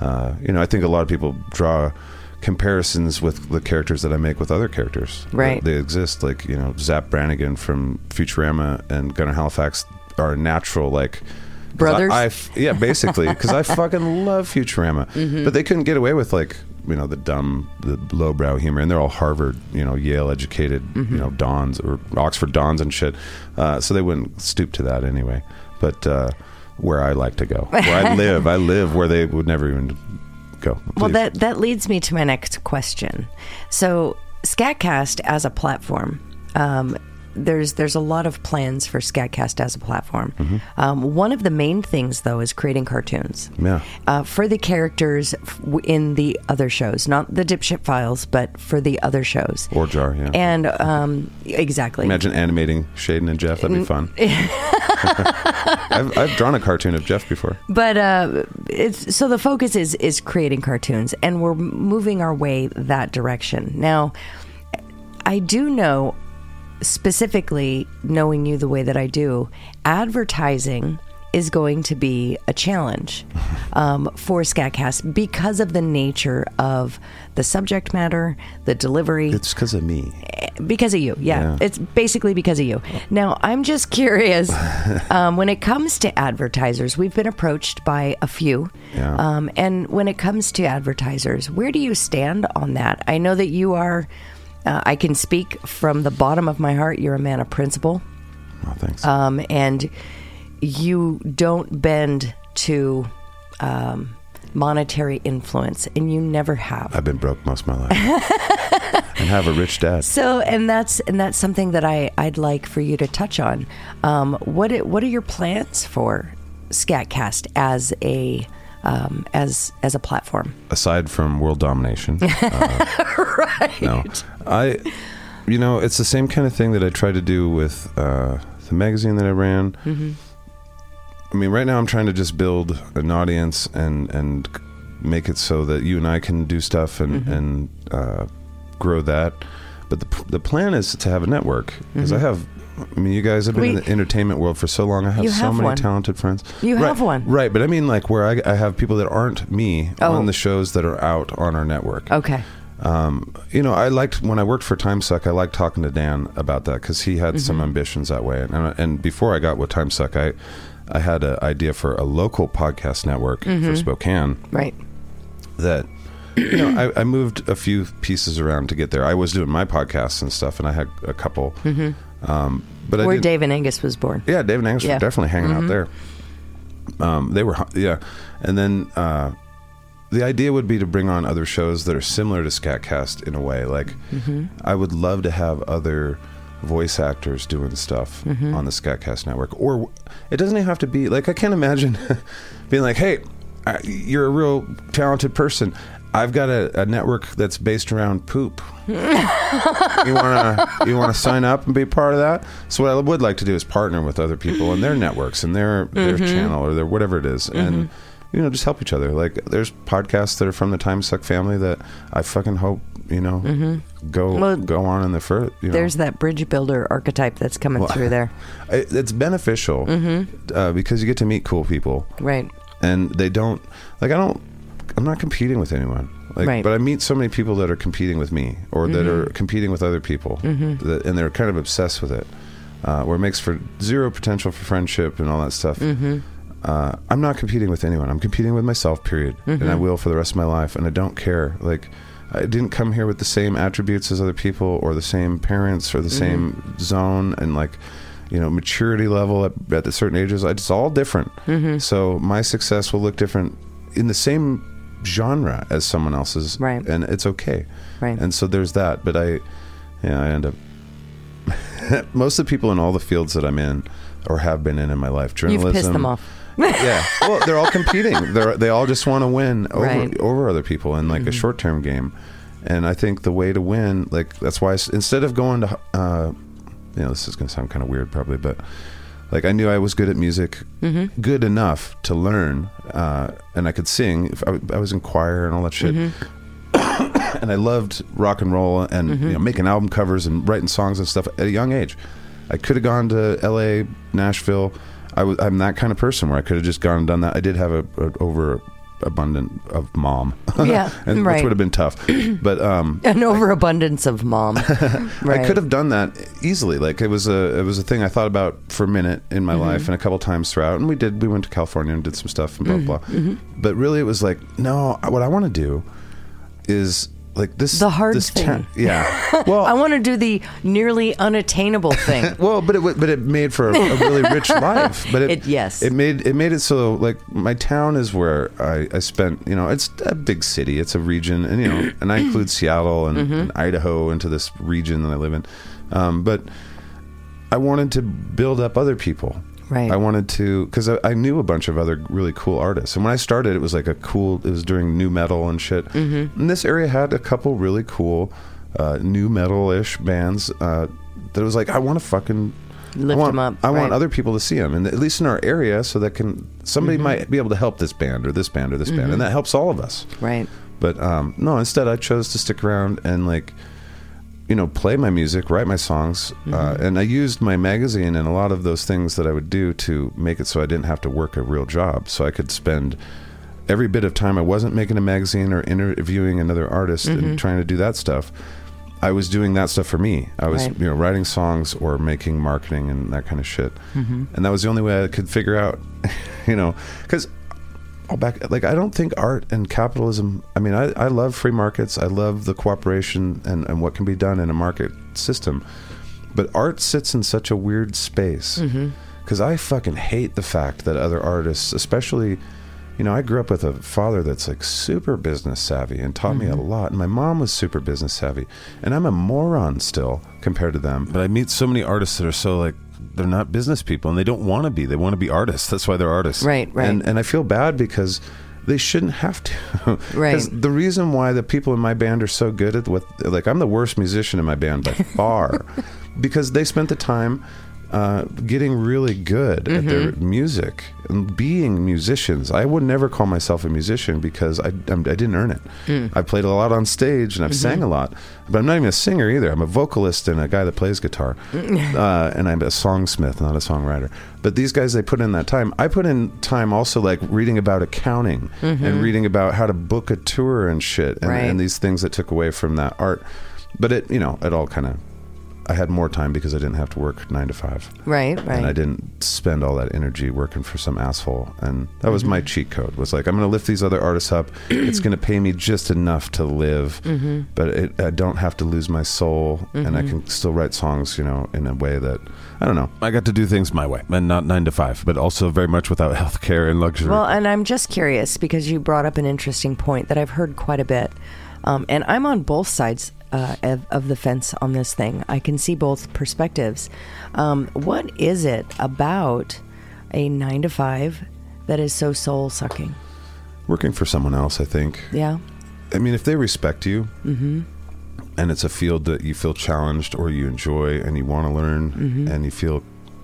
S2: uh, you know i think a lot of people draw comparisons with the characters that i make with other characters
S1: Right.
S2: They- they exist. Like you know, Zap Brannigan from Futurama and Gunnar Halifax are natural like 'cause I-
S1: Brothers?
S2: I f- yeah, basically, because I fucking love Futurama, but they couldn't get away with like you know the dumb, the lowbrow humor, and they're all Harvard, you know, Yale educated, you know, dons or Oxford dons and shit. Uh, so they wouldn't stoop to that anyway. But uh, where I like to go, where I live, I live where they would never even go.
S1: well,
S2: Please.
S1: that that leads me to my next question. So, Scatcast as a platform. Um, there's there's a lot of plans for Scatcast as a platform.
S2: Mm-hmm.
S1: Um, one of the main things, though, is creating cartoons.
S2: yeah.
S1: uh, for the characters f- w- in the other shows, not the Dipshit Files, but for the other shows.
S2: Or jar, yeah.
S1: And um, exactly.
S2: Imagine animating Shaden and Jeff. That'd be fun. I've, I've drawn a cartoon of Jeff before.
S1: But uh, it's, so the focus is is creating cartoons, and we're moving our way that direction now. I do know specifically, knowing you the way that I do, advertising is going to be a challenge um, for Scatcast because of the nature of the subject matter, the delivery.
S2: It's because of me.
S1: because of you. Yeah.
S2: Yeah.
S1: It's basically because of you. Now, I'm just curious um, when it comes to advertisers, we've been approached by a few.
S2: Yeah.
S1: Um, and when it comes to advertisers, where do you stand on that? I know that you are, uh, I can speak from the bottom of my heart, you're a man of principle
S2: Oh, thanks.
S1: um, and you don't bend to um, monetary influence, and you never have.
S2: I've been broke most of my life, and have a rich dad.
S1: So, and that's and that's something that I I'd like for you to touch on. Um, what i- what are your plans for Scatcast as a um, as as a platform?
S2: Aside from world domination, uh,
S1: right.
S2: no. I, you know, it's the same kind of thing that I tried to do with uh, the magazine that I ran.
S1: Mm-hmm.
S2: I mean, right now I'm trying to just build an audience and and make it so that you and I can do stuff and
S1: Mm-hmm.
S2: and uh, grow that. But the p- the plan is to have a network because I have I mean, you guys have been in
S1: Mm-hmm. We-
S2: the entertainment world for so long. I have,
S1: You
S2: so
S1: have
S2: many
S1: one.
S2: talented friends.
S1: You
S2: right,
S1: have one.
S2: right? But I mean, like where I, I have people that aren't me
S1: Oh.
S2: on the shows that are out on our network.
S1: Okay.
S2: Um, you know, I liked when I worked for Timesuck. I liked talking to Dan about that because he had some ambitions that way. And and before I got with Timesuck, I I had an idea for a local podcast network for Spokane
S1: Right.
S2: that you know I, I moved a few pieces around to get there. I was doing my podcasts and stuff, and I had a couple. Um, but I
S1: Where
S2: didn't-
S1: Dave and Angus was born.
S2: yeah, David Angus
S1: Yeah.
S2: were definitely hanging out there. Um, they were, hu- yeah. And then uh, the idea would be to bring on other shows that are similar to Scatcast in a way. Like, I would love to have other voice actors doing stuff on the Scatcast network. Or w- it doesn't even have to be, like, I can't imagine being like, hey, I, you're a real talented person. I've got a, a network that's based around poop you want to you want to sign up and be part of that so what i would like to do is partner with other people and their networks and their their
S1: Mm-hmm.
S2: channel or their whatever it is. and you know just help each other like there's podcasts that are from the time suck family that i fucking hope you know go
S1: Mm-hmm. Well,
S2: go on in the first you know
S1: There's that bridge builder archetype that's coming through there.
S2: It- it's beneficial
S1: Mm-hmm.
S2: uh, because you get to meet cool people
S1: Right.
S2: and they don't like i don't i'm not competing with anyone like
S1: Right.
S2: but i meet so many people that are competing with me or that are competing with other people that, and they're kind of obsessed with it uh, where it makes for zero potential for friendship and all that stuff uh, i'm not competing with anyone i'm competing with myself period and i will for the rest of my life and i don't care like i didn't come here with the same attributes as other people or the same parents or the same zone and like you know maturity level at, at the certain ages it's all different so my success will look different in the same genre as someone else's
S1: Right.
S2: and it's okay
S1: Right.
S2: and so there's that but i yeah i end up most of the people in all the fields that i'm in or have been in in my life journalism
S1: You've pissed them off.
S2: yeah. Well, they're all competing. They're, they all just want to win over,
S1: Right. Mm-hmm.
S2: over other people in like a short term game. And I think the way to win, like that's why I s instead of going to, uh, you know, this is going to sound kind of weird probably, but like I knew I was good at music,
S1: Mm-hmm.
S2: good enough to learn, uh, and I could sing. If I, I was in choir and all that
S1: Mm-hmm.
S2: shit. and I loved rock and roll and
S1: Mm-hmm.
S2: you know, making album covers and writing songs and stuff at a young age. I could have gone to L.A., Nashville. I was, I'm that kind of person where I could have just gone and done that. I did have a, a over abundant of mom,
S1: Yeah,
S2: and
S1: right.
S2: which would have been tough. But um,
S1: An overabundance of mom.
S2: I could have done that easily. Like it was a it was a thing I thought about for a minute in
S1: Mm-hmm.
S2: my life and a couple times throughout. And we did we went to California and did some stuff and blah
S1: Mm-hmm.
S2: blah. But really, it was like no. What I want to do is like this
S1: The hard
S2: this
S1: thing.
S2: town- yeah. Well,
S1: I want to do the nearly unattainable thing.
S2: well, but it wa- but it made for a, a really rich life. But it,
S1: It- yes.
S2: it made it made it so like my town is where I, I spent. You know, it's a big city. It's a region, and you know, and I include Seattle and,
S1: Mm-hmm.
S2: and Idaho into this region that I live in. Um, but I wanted to build up other people.
S1: Right.
S2: I wanted to because I, I knew a bunch of other really cool artists, and when I started, it was like a cool. It was during new metal and shit. Mm-hmm. And this area had a couple really cool uh, new metal ish bands uh, that was like I want to fucking
S1: Lift
S2: I want,
S1: 'em up,
S2: I want
S1: right.
S2: other people to see them, and at least in our area, so that can somebody
S1: Mm-hmm.
S2: might be able to help this band or this band or this band, and that helps all of us.
S1: Right.
S2: But um, no, instead I chose to stick around and like, you know, play my music, write my songs, uh, and I used my magazine and a lot of those things that I would do to make it so I didn't have to work a real job, so I could spend every bit of time I wasn't making a magazine or interviewing another artist and trying to do that stuff. I was doing that stuff for me. I was,
S1: Right.
S2: you know, writing songs or making marketing and that kind of shit. And that was the only way I could figure out, you know, because I'll back like I don't think art and capitalism I mean I, I love free markets I love the cooperation and, and what can be done in a market system but art sits in such a weird space
S1: Mm-hmm.
S2: because I fucking hate the fact that other artists especially you know I grew up with a father that's like super business savvy and taught me a
S1: Mm-hmm.
S2: lot and my mom was super business savvy and I'm a moron still compared to them but I meet so many artists that are so like they're not business people and they don't want to be they want to be artists that's why they're artists
S1: Right, right.
S2: and and I feel bad because they shouldn't have to. 'Cause
S1: Right.
S2: The reason why the people in my band are so good at what, like, I'm the worst musician in my band by far, because they spent the time uh, getting really good at their music and being musicians. I would never call myself a musician because I, I'm, I didn't earn it. I played a lot on stage and I've sang a lot, but I'm not even a singer either. I'm a vocalist and a guy that plays guitar, uh, and I'm a songsmith, not a songwriter. But these guys, they put in that time. I put in time also like reading about accounting and reading about how to book a tour and shit, and,
S1: Right.
S2: and these things that took away from that art. But it, you know, it all kind of. I had more time because I didn't have to work nine to five
S1: Right, right.
S2: and I didn't spend all that energy working for some asshole. And that was
S1: Mm-hmm.
S2: my cheat code. Was like, I'm going to lift these other artists up. it's going to pay me just enough to live,
S1: Mm-hmm.
S2: but it, I don't have to lose my soul, and I can still write songs, you know, in a way that I don't know. I got to do things my way, and not nine to five, but also very much without health care and luxury.
S1: Well, and I'm just curious because you brought up an interesting point that I've heard quite a bit. Um, and I'm on both sides uh, of, of the fence on this thing. I can see both perspectives. Um, what is it about a nine to five that is so soul sucking?
S2: Working for someone else, I think.
S1: Yeah.
S2: I mean, if they respect you, and it's a field that you feel challenged or you enjoy and you want to learn and you feel,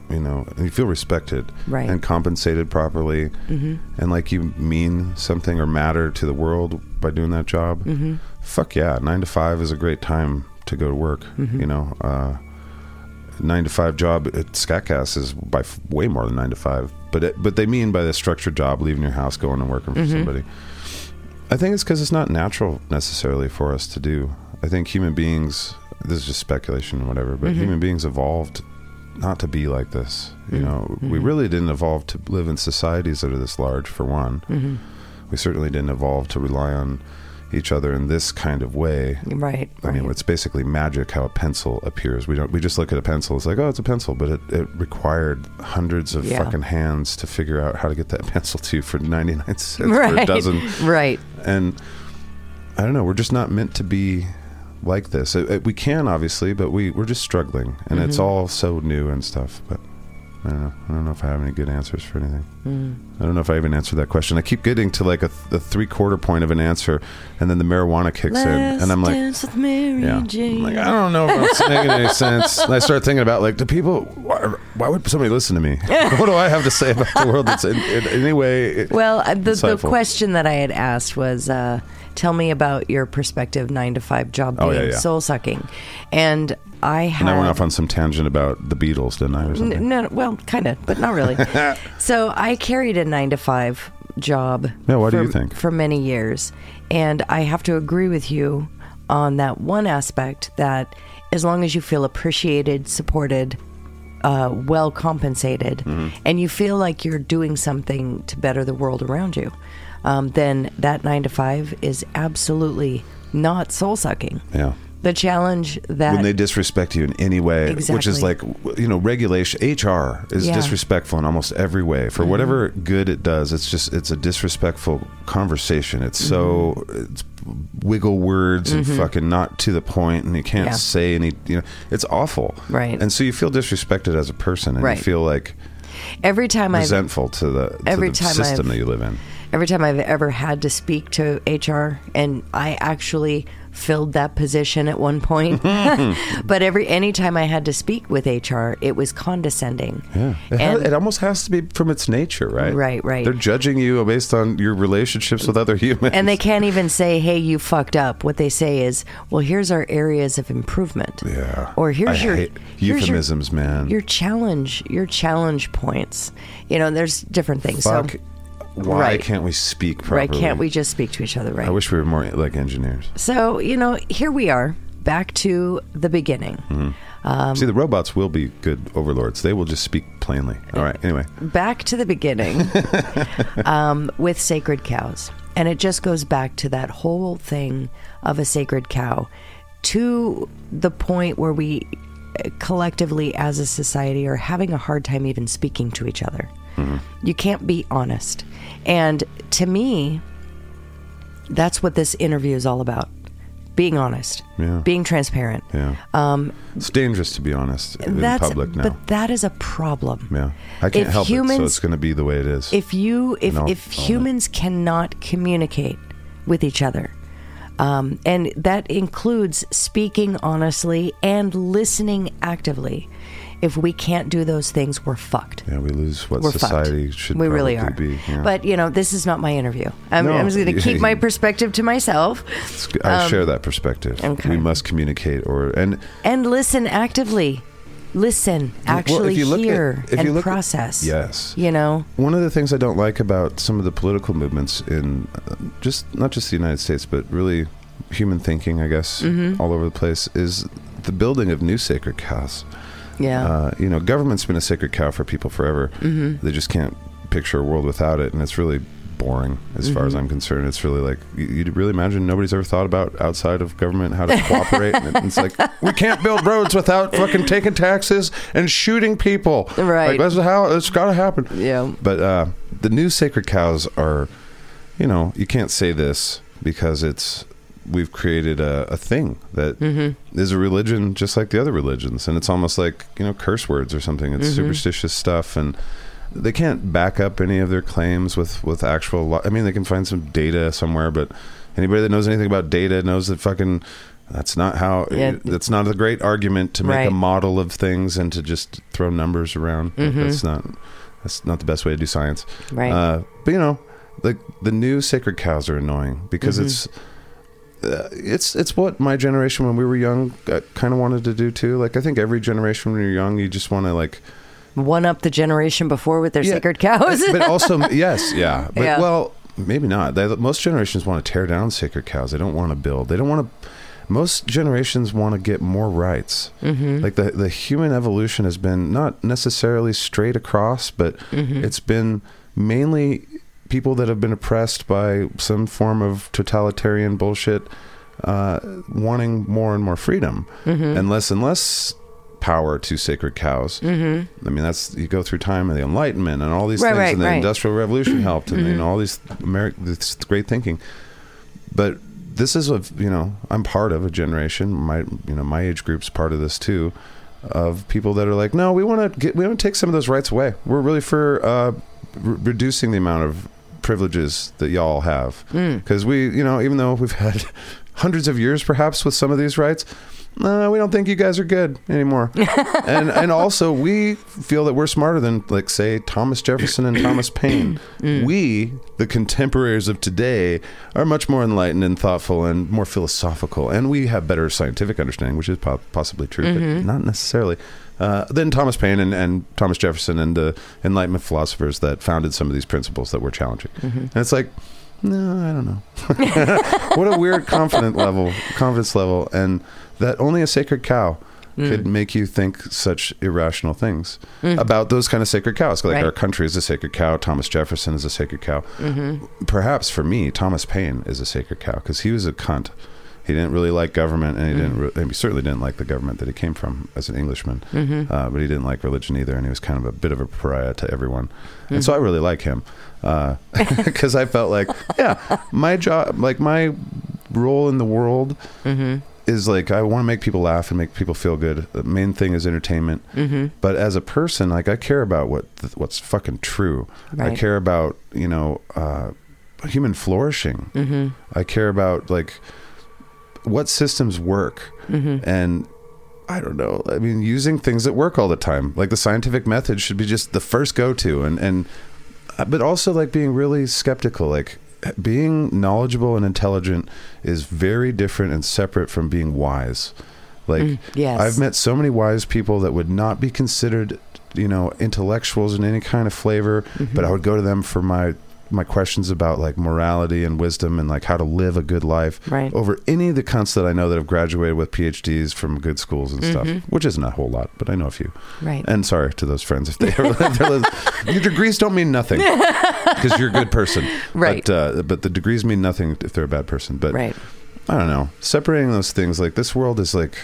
S2: you know, and you feel respected
S1: Right.
S2: and compensated properly, and like you mean something or matter to the world by doing that job, fuck yeah, nine to five is a great time to go to work. You know, uh, nine to five job at Scatcast is by f- way more than nine to five, but it, but they mean by the structured job, leaving your house, going and working for somebody. I think it's because it's not natural necessarily for us to do. I think human beings, this is just speculation and whatever,
S1: Mm-hmm.
S2: but human beings evolved not to be like this.
S1: Mm-hmm.
S2: You know, we really didn't evolve to live in societies that are this large, for one.
S1: Mm-hmm.
S2: We certainly didn't evolve to rely on each other in this kind of way.
S1: Right.
S2: I mean,
S1: right.
S2: it's basically magic how a pencil appears. We don't. We just look at a pencil. It's like, oh, it's a pencil, but it, it required hundreds of
S1: Yeah.
S2: fucking hands to figure out how to get that pencil to you for ninety nine cents for a
S1: right.
S2: dozen
S1: Right.
S2: and I don't know. We're just not meant to be like this. Uh, uh, we can obviously, but we we're just struggling, and it's all so new and stuff. But I don't know. I don't know if I have any good answers for anything. I don't know if I even answered that question. I keep getting to like a, th- a three quarter point of an answer, and then the marijuana kicks in, and I'm like.
S1: dance with Mary
S2: Yeah, I'm
S1: Jane.
S2: like I don't know if it's making any sense. And I start thinking about like, do people? Why, why would somebody listen to me? what do I have to say about the world that's in, in any way? it-
S1: Well, uh, the, the
S2: Insightful.
S1: question that I had asked was uh, tell me about your prospective nine to five job
S2: Oh,
S1: being
S2: yeah, yeah.
S1: soul sucking. And I have.
S2: And I went off on some tangent about the Beatles, didn't I, or something?
S1: N- No, well, kind of, but not really. so I carried a nine to five job.
S2: Yeah, what do
S1: for-
S2: you think?
S1: For many years, and I have to agree with you on that one aspect that as long as you feel appreciated, supported, uh, well compensated,
S2: Mm-hmm.
S1: and you feel like you're doing something to better the world around you, um, then that nine to five is absolutely not soul sucking.
S2: Yeah.
S1: The challenge that
S2: When they disrespect you in any way, which is
S1: Exactly.
S2: like, w- you know, regulation, HR is
S1: Yeah. Mm-hmm.
S2: disrespectful in almost every way. For whatever good it does, it's just, it's a disrespectful conversation. It's so,
S1: Mm-hmm.
S2: it's wiggle words and fucking not to the point, and you can't
S1: Yeah.
S2: say any, you know, it's awful.
S1: Right.
S2: And so you feel disrespected as a person and
S1: Right.
S2: you feel like
S1: every time I've
S2: resentful to the, to
S1: Every
S2: the
S1: time
S2: system
S1: I've-
S2: that you live in.
S1: every time I've ever had to speak to HR, and I actually filled that position at one point.
S2: Hmm.
S1: but every any time I had to speak with HR, it was condescending.
S2: Yeah. It, ha-
S1: And-
S2: it almost has to be from its nature, right?
S1: Right, right.
S2: They're judging you based on your relationships with other humans.
S1: And they can't even say, "Hey, you fucked up." What they say is, "Well, here's our areas of improvement."
S2: Yeah.
S1: Or here's
S2: I
S1: your
S2: hate
S1: here's your-
S2: euphemisms, man.
S1: Your challenge, your challenge points. You know, there's different things.
S2: Fuck.
S1: so,
S2: why
S1: Right.
S2: can't we speak properly?
S1: right? Can't we just speak to each other? Right?
S2: I wish we were more like engineers.
S1: so, you know, here we are, back to the beginning.
S2: Mm-hmm.
S1: Um,
S2: See, the robots will be good overlords. They will just speak plainly. All right. Anyway,
S1: back to the beginning um, with sacred cows. And it just goes back to that whole thing of a sacred cow to the point where we uh, collectively as a society are having a hard time even speaking to each other.
S2: Mm-hmm.
S1: You can't be honest. And to me, that's what this interview is all about being honest,
S2: Yeah.
S1: being transparent.
S2: yeah.
S1: Um,
S2: it's dangerous to be honest in
S1: that's,
S2: public now.
S1: But that is a problem.
S2: yeah. I can't
S1: if
S2: help it, so
S1: humans-
S2: it's going to be the way it is.
S1: if you if
S2: No,
S1: if
S2: I'll-
S1: humans cannot communicate with each other um, and that includes speaking honestly and listening actively if we can't do those things, we're fucked.
S2: Yeah, we lose what
S1: We're
S2: society
S1: fucked.
S2: should
S1: we really are.
S2: probably be. yeah.
S1: But you know, this is not my interview. I'm,
S2: No.
S1: I'm just going to keep my perspective to myself
S2: It's g- I share that perspective.
S1: um, okay.
S2: We must communicate, or and
S1: and listen actively. Listen,
S2: Well,
S1: actually
S2: if you look at-
S1: hear
S2: if you
S1: and
S2: look at-
S1: process.
S2: yes,
S1: You know,
S2: one of the things I don't like about some of the political movements in uh, just not just the United States, but really human thinking, I guess,
S1: Mm-hmm.
S2: all over the place, is the building of new sacred cows.
S1: yeah.
S2: Uh, you know, government's been a sacred cow for people forever. Mm-hmm. They just can't picture a world without it, and it's really boring as far
S1: Mm-hmm.
S2: as I'm concerned. It's really like you, you'd really imagine nobody's ever thought about outside of government how to cooperate. and it's like we can't build roads without fucking taking taxes and shooting people.
S1: Right.
S2: Like that's how it's got to happen.
S1: Yeah.
S2: But uh, the new sacred cows are, you know, you can't say this because it's we've created a, a thing that is
S1: Mm-hmm.
S2: a religion just like the other religions, and it's almost like you know curse words or something.
S1: Mm-hmm.
S2: It's superstitious stuff, and they can't back up any of their claims with with actual. Lo- I mean, they can find some data somewhere, but anybody that knows anything about data knows that fucking. That's not how.
S1: Yeah.
S2: That's not a great argument to make
S1: Right.
S2: a model of things and to just throw numbers around. That's not that's not the best way to do science.
S1: Right.
S2: Uh, but you know, like the new sacred cows are annoying because it's. Uh, it's it's what my generation when we were young uh, kind of wanted to do too. Like I think every generation when you're young, you just want to like
S1: One up the generation before with their
S2: Yeah.
S1: sacred cows.
S2: but also yes, yeah. But
S1: Yeah.
S2: well, maybe not. They, most generations want to tear down sacred cows. They don't want to build. They don't want to. Most generations want to get more rights. Mm-hmm. Like the the human evolution has been not necessarily straight across, but
S1: Mm-hmm.
S2: it's been mainly people that have been oppressed by some form of totalitarian bullshit, uh, wanting more and more freedom,
S1: Mm-hmm.
S2: and less and less power to sacred cows. Mm-hmm. I mean, that's you go through time and the Enlightenment and all these
S1: Right,
S2: things,
S1: right,
S2: and the
S1: right. Mm-hmm.
S2: Industrial Revolution helped, and you know, all these Ameri- this great thinking. But this is a you know, I'm part of a generation. My you know, my age group's part of this too. Of people that are like, no, we want to get, we want to take some of those rights away. We're really for uh, re- reducing the amount of privileges that y'all have because we, you know, even though we've had hundreds of years perhaps with some of these rights, no, we don't think you guys are good anymore. and and also we feel that we're smarter than like say Thomas Jefferson and Thomas Paine. We, the contemporaries of today, are much more enlightened and thoughtful and more philosophical, and we have better scientific understanding, which is po- possibly true, but not necessarily. Uh, than Thomas Paine and, and Thomas Jefferson and the Enlightenment philosophers that founded some of these principles that we're challenging. And it's like, no, I don't know what a weird confident level confidence level and that only a sacred cow could make you think such irrational things about those kind of sacred cows like
S1: Right.
S2: our country is a sacred cow thomas jefferson is a sacred cow perhaps for me thomas paine is a sacred cow because he was a cunt he didn't really like government and he didn't re- and he certainly didn't like the government that he came from as an englishman uh, but he didn't like religion either and he was kind of a bit of a pariah to everyone and so i really like him because i felt like yeah my job like my role in the world is like I want to make people laugh and make people feel good. The main thing is entertainment. But as a person, like I care about what th- what's fucking true. I
S1: Right.
S2: care about you know uh, human flourishing. I care about like what systems work and. I don't know. I mean, using things that work all the time, like the scientific method, should be just the first go-to, and and uh, but also like being really skeptical like being knowledgeable and intelligent is very different and separate from being wise like
S1: Mm-hmm. yes.
S2: i've met so many wise people that would not be considered you know intellectuals in any kind of flavor
S1: Mm-hmm.
S2: but i would go to them for my my questions about like morality and wisdom and like how to live a good life
S1: Right.
S2: over any of the cunts that I know that have graduated with PhDs from good schools and stuff,
S1: Mm-hmm.
S2: which isn't a whole lot, but I know a few.
S1: Right.
S2: And sorry to those friends if they ever if they're listening. your degrees don't mean nothing because you're a good person,
S1: Right.
S2: But, uh, but the degrees mean nothing if they're a bad person. But
S1: right.
S2: I don't know. Separating those things, like this world is like,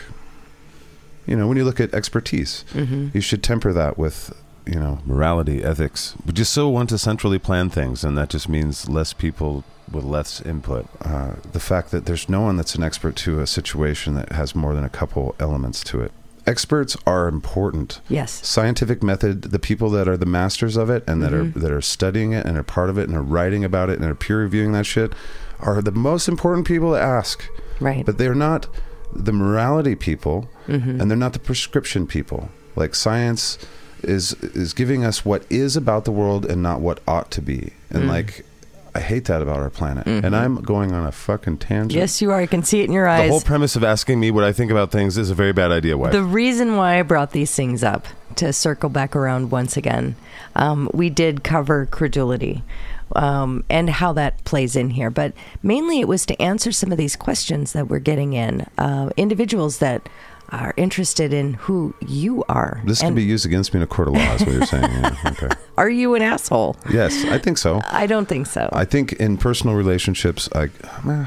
S2: you know, when you look at expertise,
S1: Mm-hmm.
S2: you should temper that with, you know, morality, ethics. We just so want to centrally plan things, and that just means less people with less input. Uh, the fact that there's no one that's an expert to a situation that has more than a couple elements to it. Experts are important
S1: Yes.
S2: scientific method the people that are the masters of it and that
S1: Mm-hmm.
S2: are that are studying it and are part of it and are writing about it and are peer reviewing that shit are the most important people to ask
S1: Right. Mm-hmm.
S2: but they're not the morality people and they're not the prescription people Like science is is giving us what is about the world and not what ought to be.
S1: Mm.
S2: And like I hate that about our planet. And I'm going on a fucking tangent.
S1: Mm-hmm. Yes, you are. I can see it in your
S4: The whole
S1: eyes.
S4: premise of asking me what I think about things is a very bad idea, wife.
S1: The reason why I brought these things up to circle back around once again, um, we did cover credulity um, and how that plays in here, but mainly it was to answer some of these questions that we're getting in. Uh, individuals that are interested in who you are.
S2: This can
S1: and
S2: be used against me in a court of law, is what you're saying. Yeah, okay.
S1: Are you an asshole?
S2: Yes, I think so.
S1: I don't think so.
S2: I think in personal relationships, I, meh,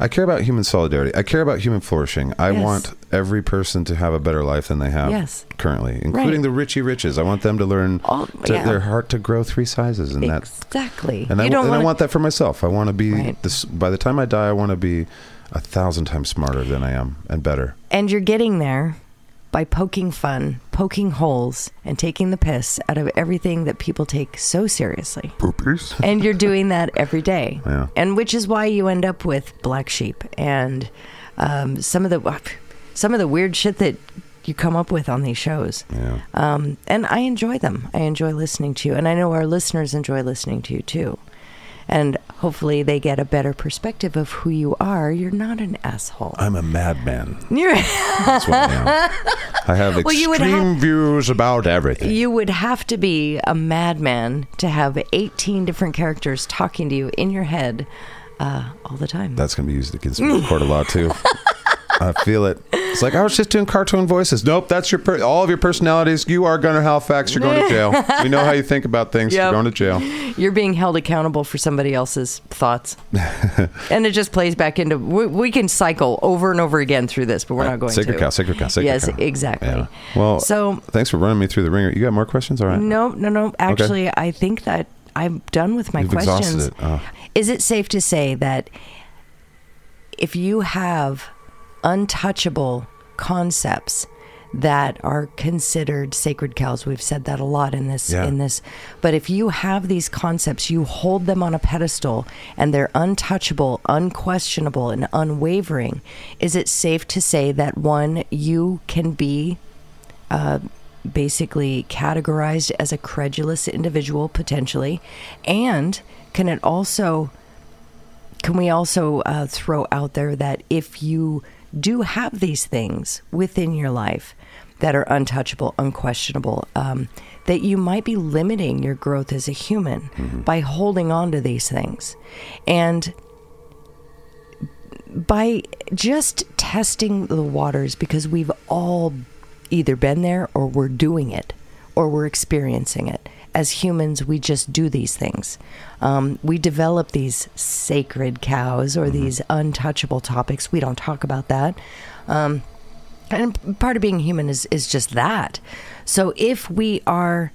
S2: I care about human solidarity. I care about human flourishing. I
S1: Yes.
S2: want every person to have a better life than they have
S1: Yes.
S2: currently, including
S1: Right.
S2: the Richie Riches. I want them to learn
S1: All-
S2: to,
S1: yeah.
S2: their heart to grow three sizes, and that
S1: exactly.
S2: and, I,
S1: you
S2: w-
S1: don't
S2: and I
S1: wanna-
S2: want that for myself. I want to be
S1: Right.
S2: this. By the time I die, I want to be a thousand times smarter than I am and better.
S1: And you're getting there by poking fun, poking holes, and taking the piss out of everything that people take so seriously. and you're doing that every day.
S2: Yeah.
S1: And which is why you end up with black sheep and um, some of the some of the weird shit that you come up with on these shows.
S2: Yeah.
S1: Um, and I enjoy them. I enjoy listening to you, and I know our listeners enjoy listening to you too. And hopefully, they get a better perspective of who you are. You're not an asshole.
S2: I'm a madman.
S1: You're.
S2: That's what I am. I have extreme
S1: Well, you would
S2: views about everything.
S1: You would have to be a madman to have 18 different characters talking to you in your head uh, all the time.
S2: That's going to be used against me in court a lot too. I feel it. It's like I was just doing cartoon voices. Nope, that's your per- all of your personalities. You are Gunnar Halifax. You're going to jail. We know how you think about things.
S1: Yep.
S2: You're going to jail.
S1: You're being held accountable for somebody else's thoughts. and it just plays back into we, we can cycle over and over again through this, but we're not going
S2: sacred
S1: to.
S2: cow, sacred cow, sacred
S1: yes,
S2: cow.
S1: exactly.
S2: Yeah. Well,
S1: so
S2: thanks for running me through the ringer. You got more questions? All right.
S1: no, no, no. Actually, I think that I'm done with my
S2: You've
S1: questions.
S2: exhausted it. Oh.
S1: Is it safe to say that if you have untouchable concepts that are considered sacred cows, we've said that a lot in this
S2: Yeah.
S1: in this, but if you have these concepts, you hold them on a pedestal and they're untouchable, unquestionable and unwavering, is it safe to say that one you can be uh, basically categorized as a credulous individual potentially and can it also can we also uh, throw out there that if you do have these things within your life that are untouchable unquestionable um, that you might be limiting your growth as a human by holding on to these things and by just testing the waters because we've all either been there or we're doing it or we're experiencing it. As humans, we just do these things. Um, we develop these sacred cows or these untouchable topics. We don't talk about that. Um, and part of being human is, is just that. So if we are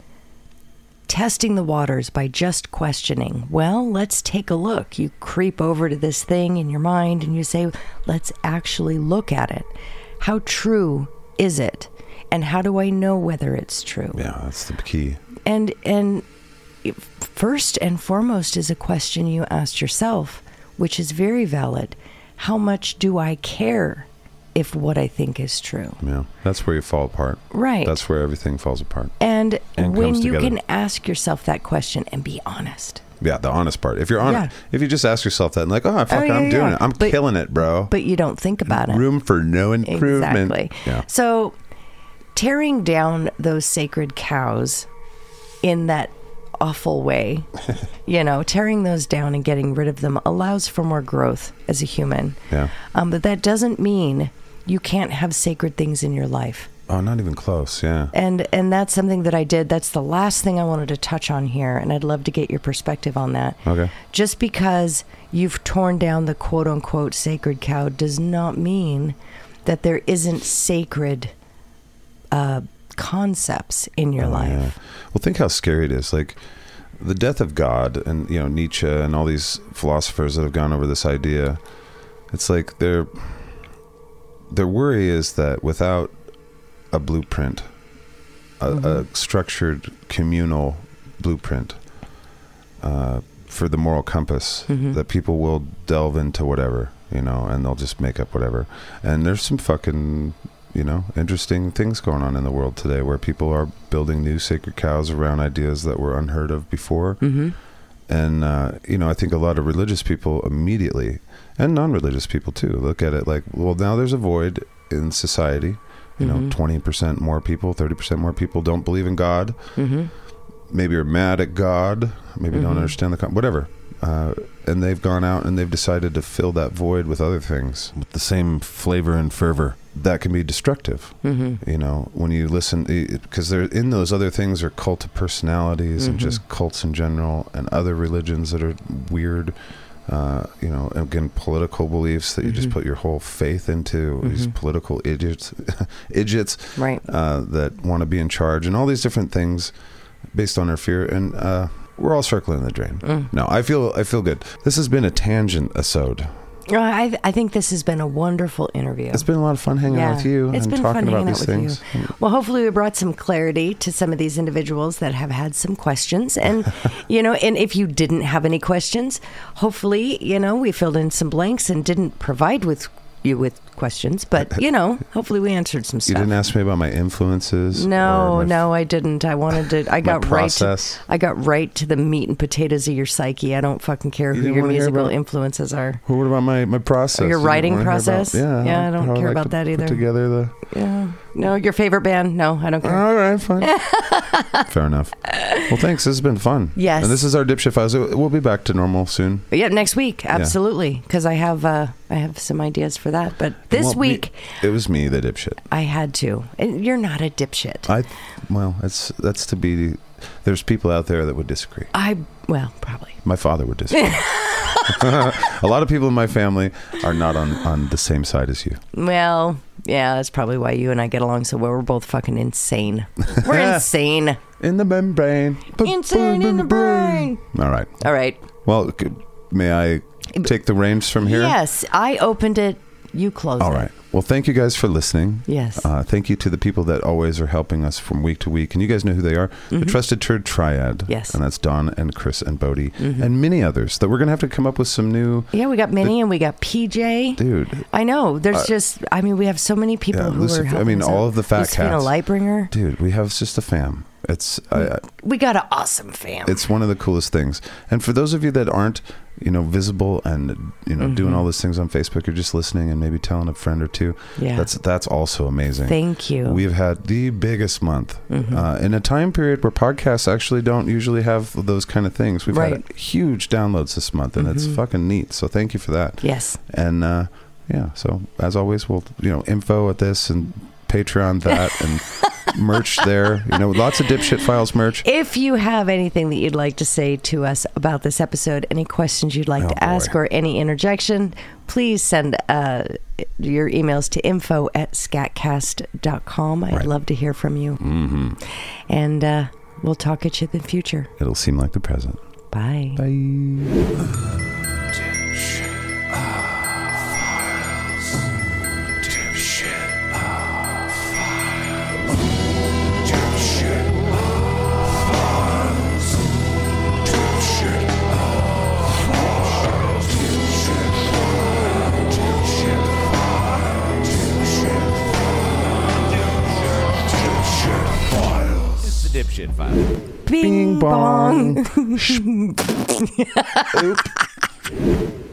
S1: testing the waters by just questioning. Well, let's take a look. You creep over to this thing in your mind and you say, let's actually look at it. How true is it? And how do I know whether it's true?
S2: Yeah, that's the key.
S1: And and it- first and foremost is a question you asked yourself, which is very valid. How much do I care if what I think is true?
S2: Yeah, that's where you fall apart.
S1: Right.
S2: That's where everything falls apart.
S1: and
S2: And
S1: when
S2: comes
S1: you
S2: together.
S1: can ask yourself that question and be honest.
S2: Yeah, the honest part. If you're honest,
S1: Yeah.
S2: if you just ask yourself that, and like, oh, fuck, it,
S1: yeah,
S2: I'm doing
S1: yeah.
S2: it. I'm
S1: But-
S2: killing it, bro.
S1: but you don't think about it.
S2: Room for no improvement.
S1: Exactly.
S2: Yeah.
S1: So tearing down those sacred cows in that awful way, you know, tearing those down and getting rid of them allows for more growth as a human.
S2: Yeah.
S1: Um, but that doesn't mean you can't have sacred things in your life
S2: Oh, not even close. Yeah.
S1: and and that's something that I did. That's the last thing I wanted to touch on here, and I'd love to get your perspective on that.
S2: Okay.
S1: Just because you've torn down the quote unquote sacred cow does not mean that there isn't sacred uh, concepts in your
S2: Oh, Yeah.
S1: life.
S2: Well, think how scary it is. Like the death of God, and you know Nietzsche and all these philosophers that have gone over this idea. It's like their their worry is that without a blueprint, a,
S1: Mm-hmm.
S2: a structured communal blueprint uh, for the moral compass,
S1: Mm-hmm.
S2: that people will delve into whatever you know, and they'll just make up whatever. And there's some fucking you know interesting things going on in the world today where people are building new sacred cows around ideas that were unheard of before
S1: hmm
S2: and uh, you know i think a lot of religious people immediately and non-religious people too look at it like well now there's a void in society you know
S1: Mhm.
S2: 20% more people 30% more people don't believe in god
S1: hmm
S2: maybe are mad at god maybe don't
S1: Mhm.
S2: understand the con- whatever uh, and they've gone out and they've decided to fill that void with other things
S4: with the same flavor and fervor.
S2: that can be destructive
S1: hmm
S2: you know when you listen because they're in those other things are cult of personalities and
S1: Mhm.
S2: just cults in general and other religions that are weird uh, you know again political beliefs that you just
S1: Mhm.
S2: put your whole faith into these
S1: Mhm.
S2: political idiots idiots
S1: Right.
S2: uh, that want to be in charge and all these different things based on our fear and uh, we're all circling the drain
S1: Mm.
S2: no i feel i feel good this has been a tangent episode
S1: Uh, I, I think this has been a wonderful interview.
S2: it's been a lot of fun hanging out
S1: Yeah.
S2: with you
S1: It's
S2: and
S1: been
S2: talking
S1: fun
S2: about
S1: hanging out
S2: these
S1: with you.
S2: things
S1: Well, hopefully, we brought some clarity to some of these individuals that have had some questions. And, you know, and if you didn't have any questions, hopefully, you know, we filled in some blanks and didn't provide with you with questions. But, you know, hopefully we answered some
S2: You
S1: stuff.
S2: didn't ask me about my influences.
S1: no,
S2: or my
S1: no, I didn't. I wanted to, I
S2: my
S1: got right to,
S2: process.
S1: I got right to the meat and potatoes of your psyche. I don't fucking care who
S2: You didn't
S1: your
S2: wanna hear
S1: musical
S2: about-
S1: influences are.
S2: Well, Oh, what about my, my process?
S1: Your
S2: You don't
S1: writing
S2: wanna hear
S1: process?
S2: yeah,
S1: Yeah, I
S2: how
S1: don't
S2: how
S1: care
S2: like
S1: about
S2: to
S1: that
S2: put
S1: either.
S2: Together the.
S1: Yeah. No, your favorite band? No, I don't care.
S2: All right, fine. Fair enough. Well, thanks. This has been fun.
S1: Yes.
S2: And this is our dipshit files. We'll be back to normal soon.
S1: Yeah, next week, absolutely, because I have uh, I have some ideas for that. But this
S2: Well, me-
S1: week,
S2: it was me, the dipshit.
S1: I had to. And you're not a dipshit.
S2: I. Well, that's that's to be. There's people out there that would disagree.
S1: I well, probably.
S2: My father would disagree. a lot of people in my family are not on on the same side as you.
S1: Well, yeah, that's probably why you and I get along so well. We're both fucking insane. We're insane.
S2: In the membrane.
S1: Insane in the brain.
S2: All right.
S1: All right.
S2: Well, c- may I take the reins from here?
S1: Yes, I opened it. You closed
S2: All
S1: it.
S2: right. Well, thank you guys for listening.
S1: Yes.
S2: Uh, thank you to the people that always are helping us from week to week. And you guys know who they are the Trusted Turd Triad.
S1: Mm-hmm. Yes. Mm-hmm.
S2: And that's Don and Chris and Bodie and many others that we're going to have to come up with some new.
S1: yeah, we got Minnie and we got PJ.
S2: Dude,
S1: I know. There's
S2: Uh,
S1: just. I mean, we have so many people
S2: yeah,
S1: who
S2: Lucif-
S1: are
S2: I
S1: helping.
S2: mean,
S1: us
S2: all
S1: out.
S2: of the fat
S1: Lucifina
S2: cats.
S1: Lightbringer.
S2: dude, we have just a fam. It's I, I-
S1: We got an awesome fam.
S2: it's one of the coolest things. And for those of you that aren't, you know, visible and you know
S1: Mm-hmm.
S2: doing all these things on Facebook, you're just listening and maybe telling a friend or two.
S1: Yeah.
S2: That's that's also amazing.
S1: Thank you. Mm-hmm.
S2: We've had the biggest month uh, in a time period where podcasts actually don't usually have those kind of things. We've
S1: Right. Mm-hmm.
S2: had huge downloads this month, and it's fucking neat. So thank you for that.
S1: yes.
S2: And uh, yeah, so as always, we'll you know info at this and Patreon that and merch there. You know, lots of dipshit files merch.
S1: If you have anything that you'd like to say to us about this episode, any questions you'd like
S2: Oh,
S1: to ask,
S2: boy.
S1: or any interjection, please send uh, your emails to info at scatcast.com. I'd
S2: Right.
S1: love to hear from you.
S2: Mm-hmm.
S1: And uh, we'll talk at you in the future.
S2: It'll seem like the present.
S1: Bye.
S2: Bye.
S5: It's the dipshit file.
S1: Bing, bong.
S2: Oop.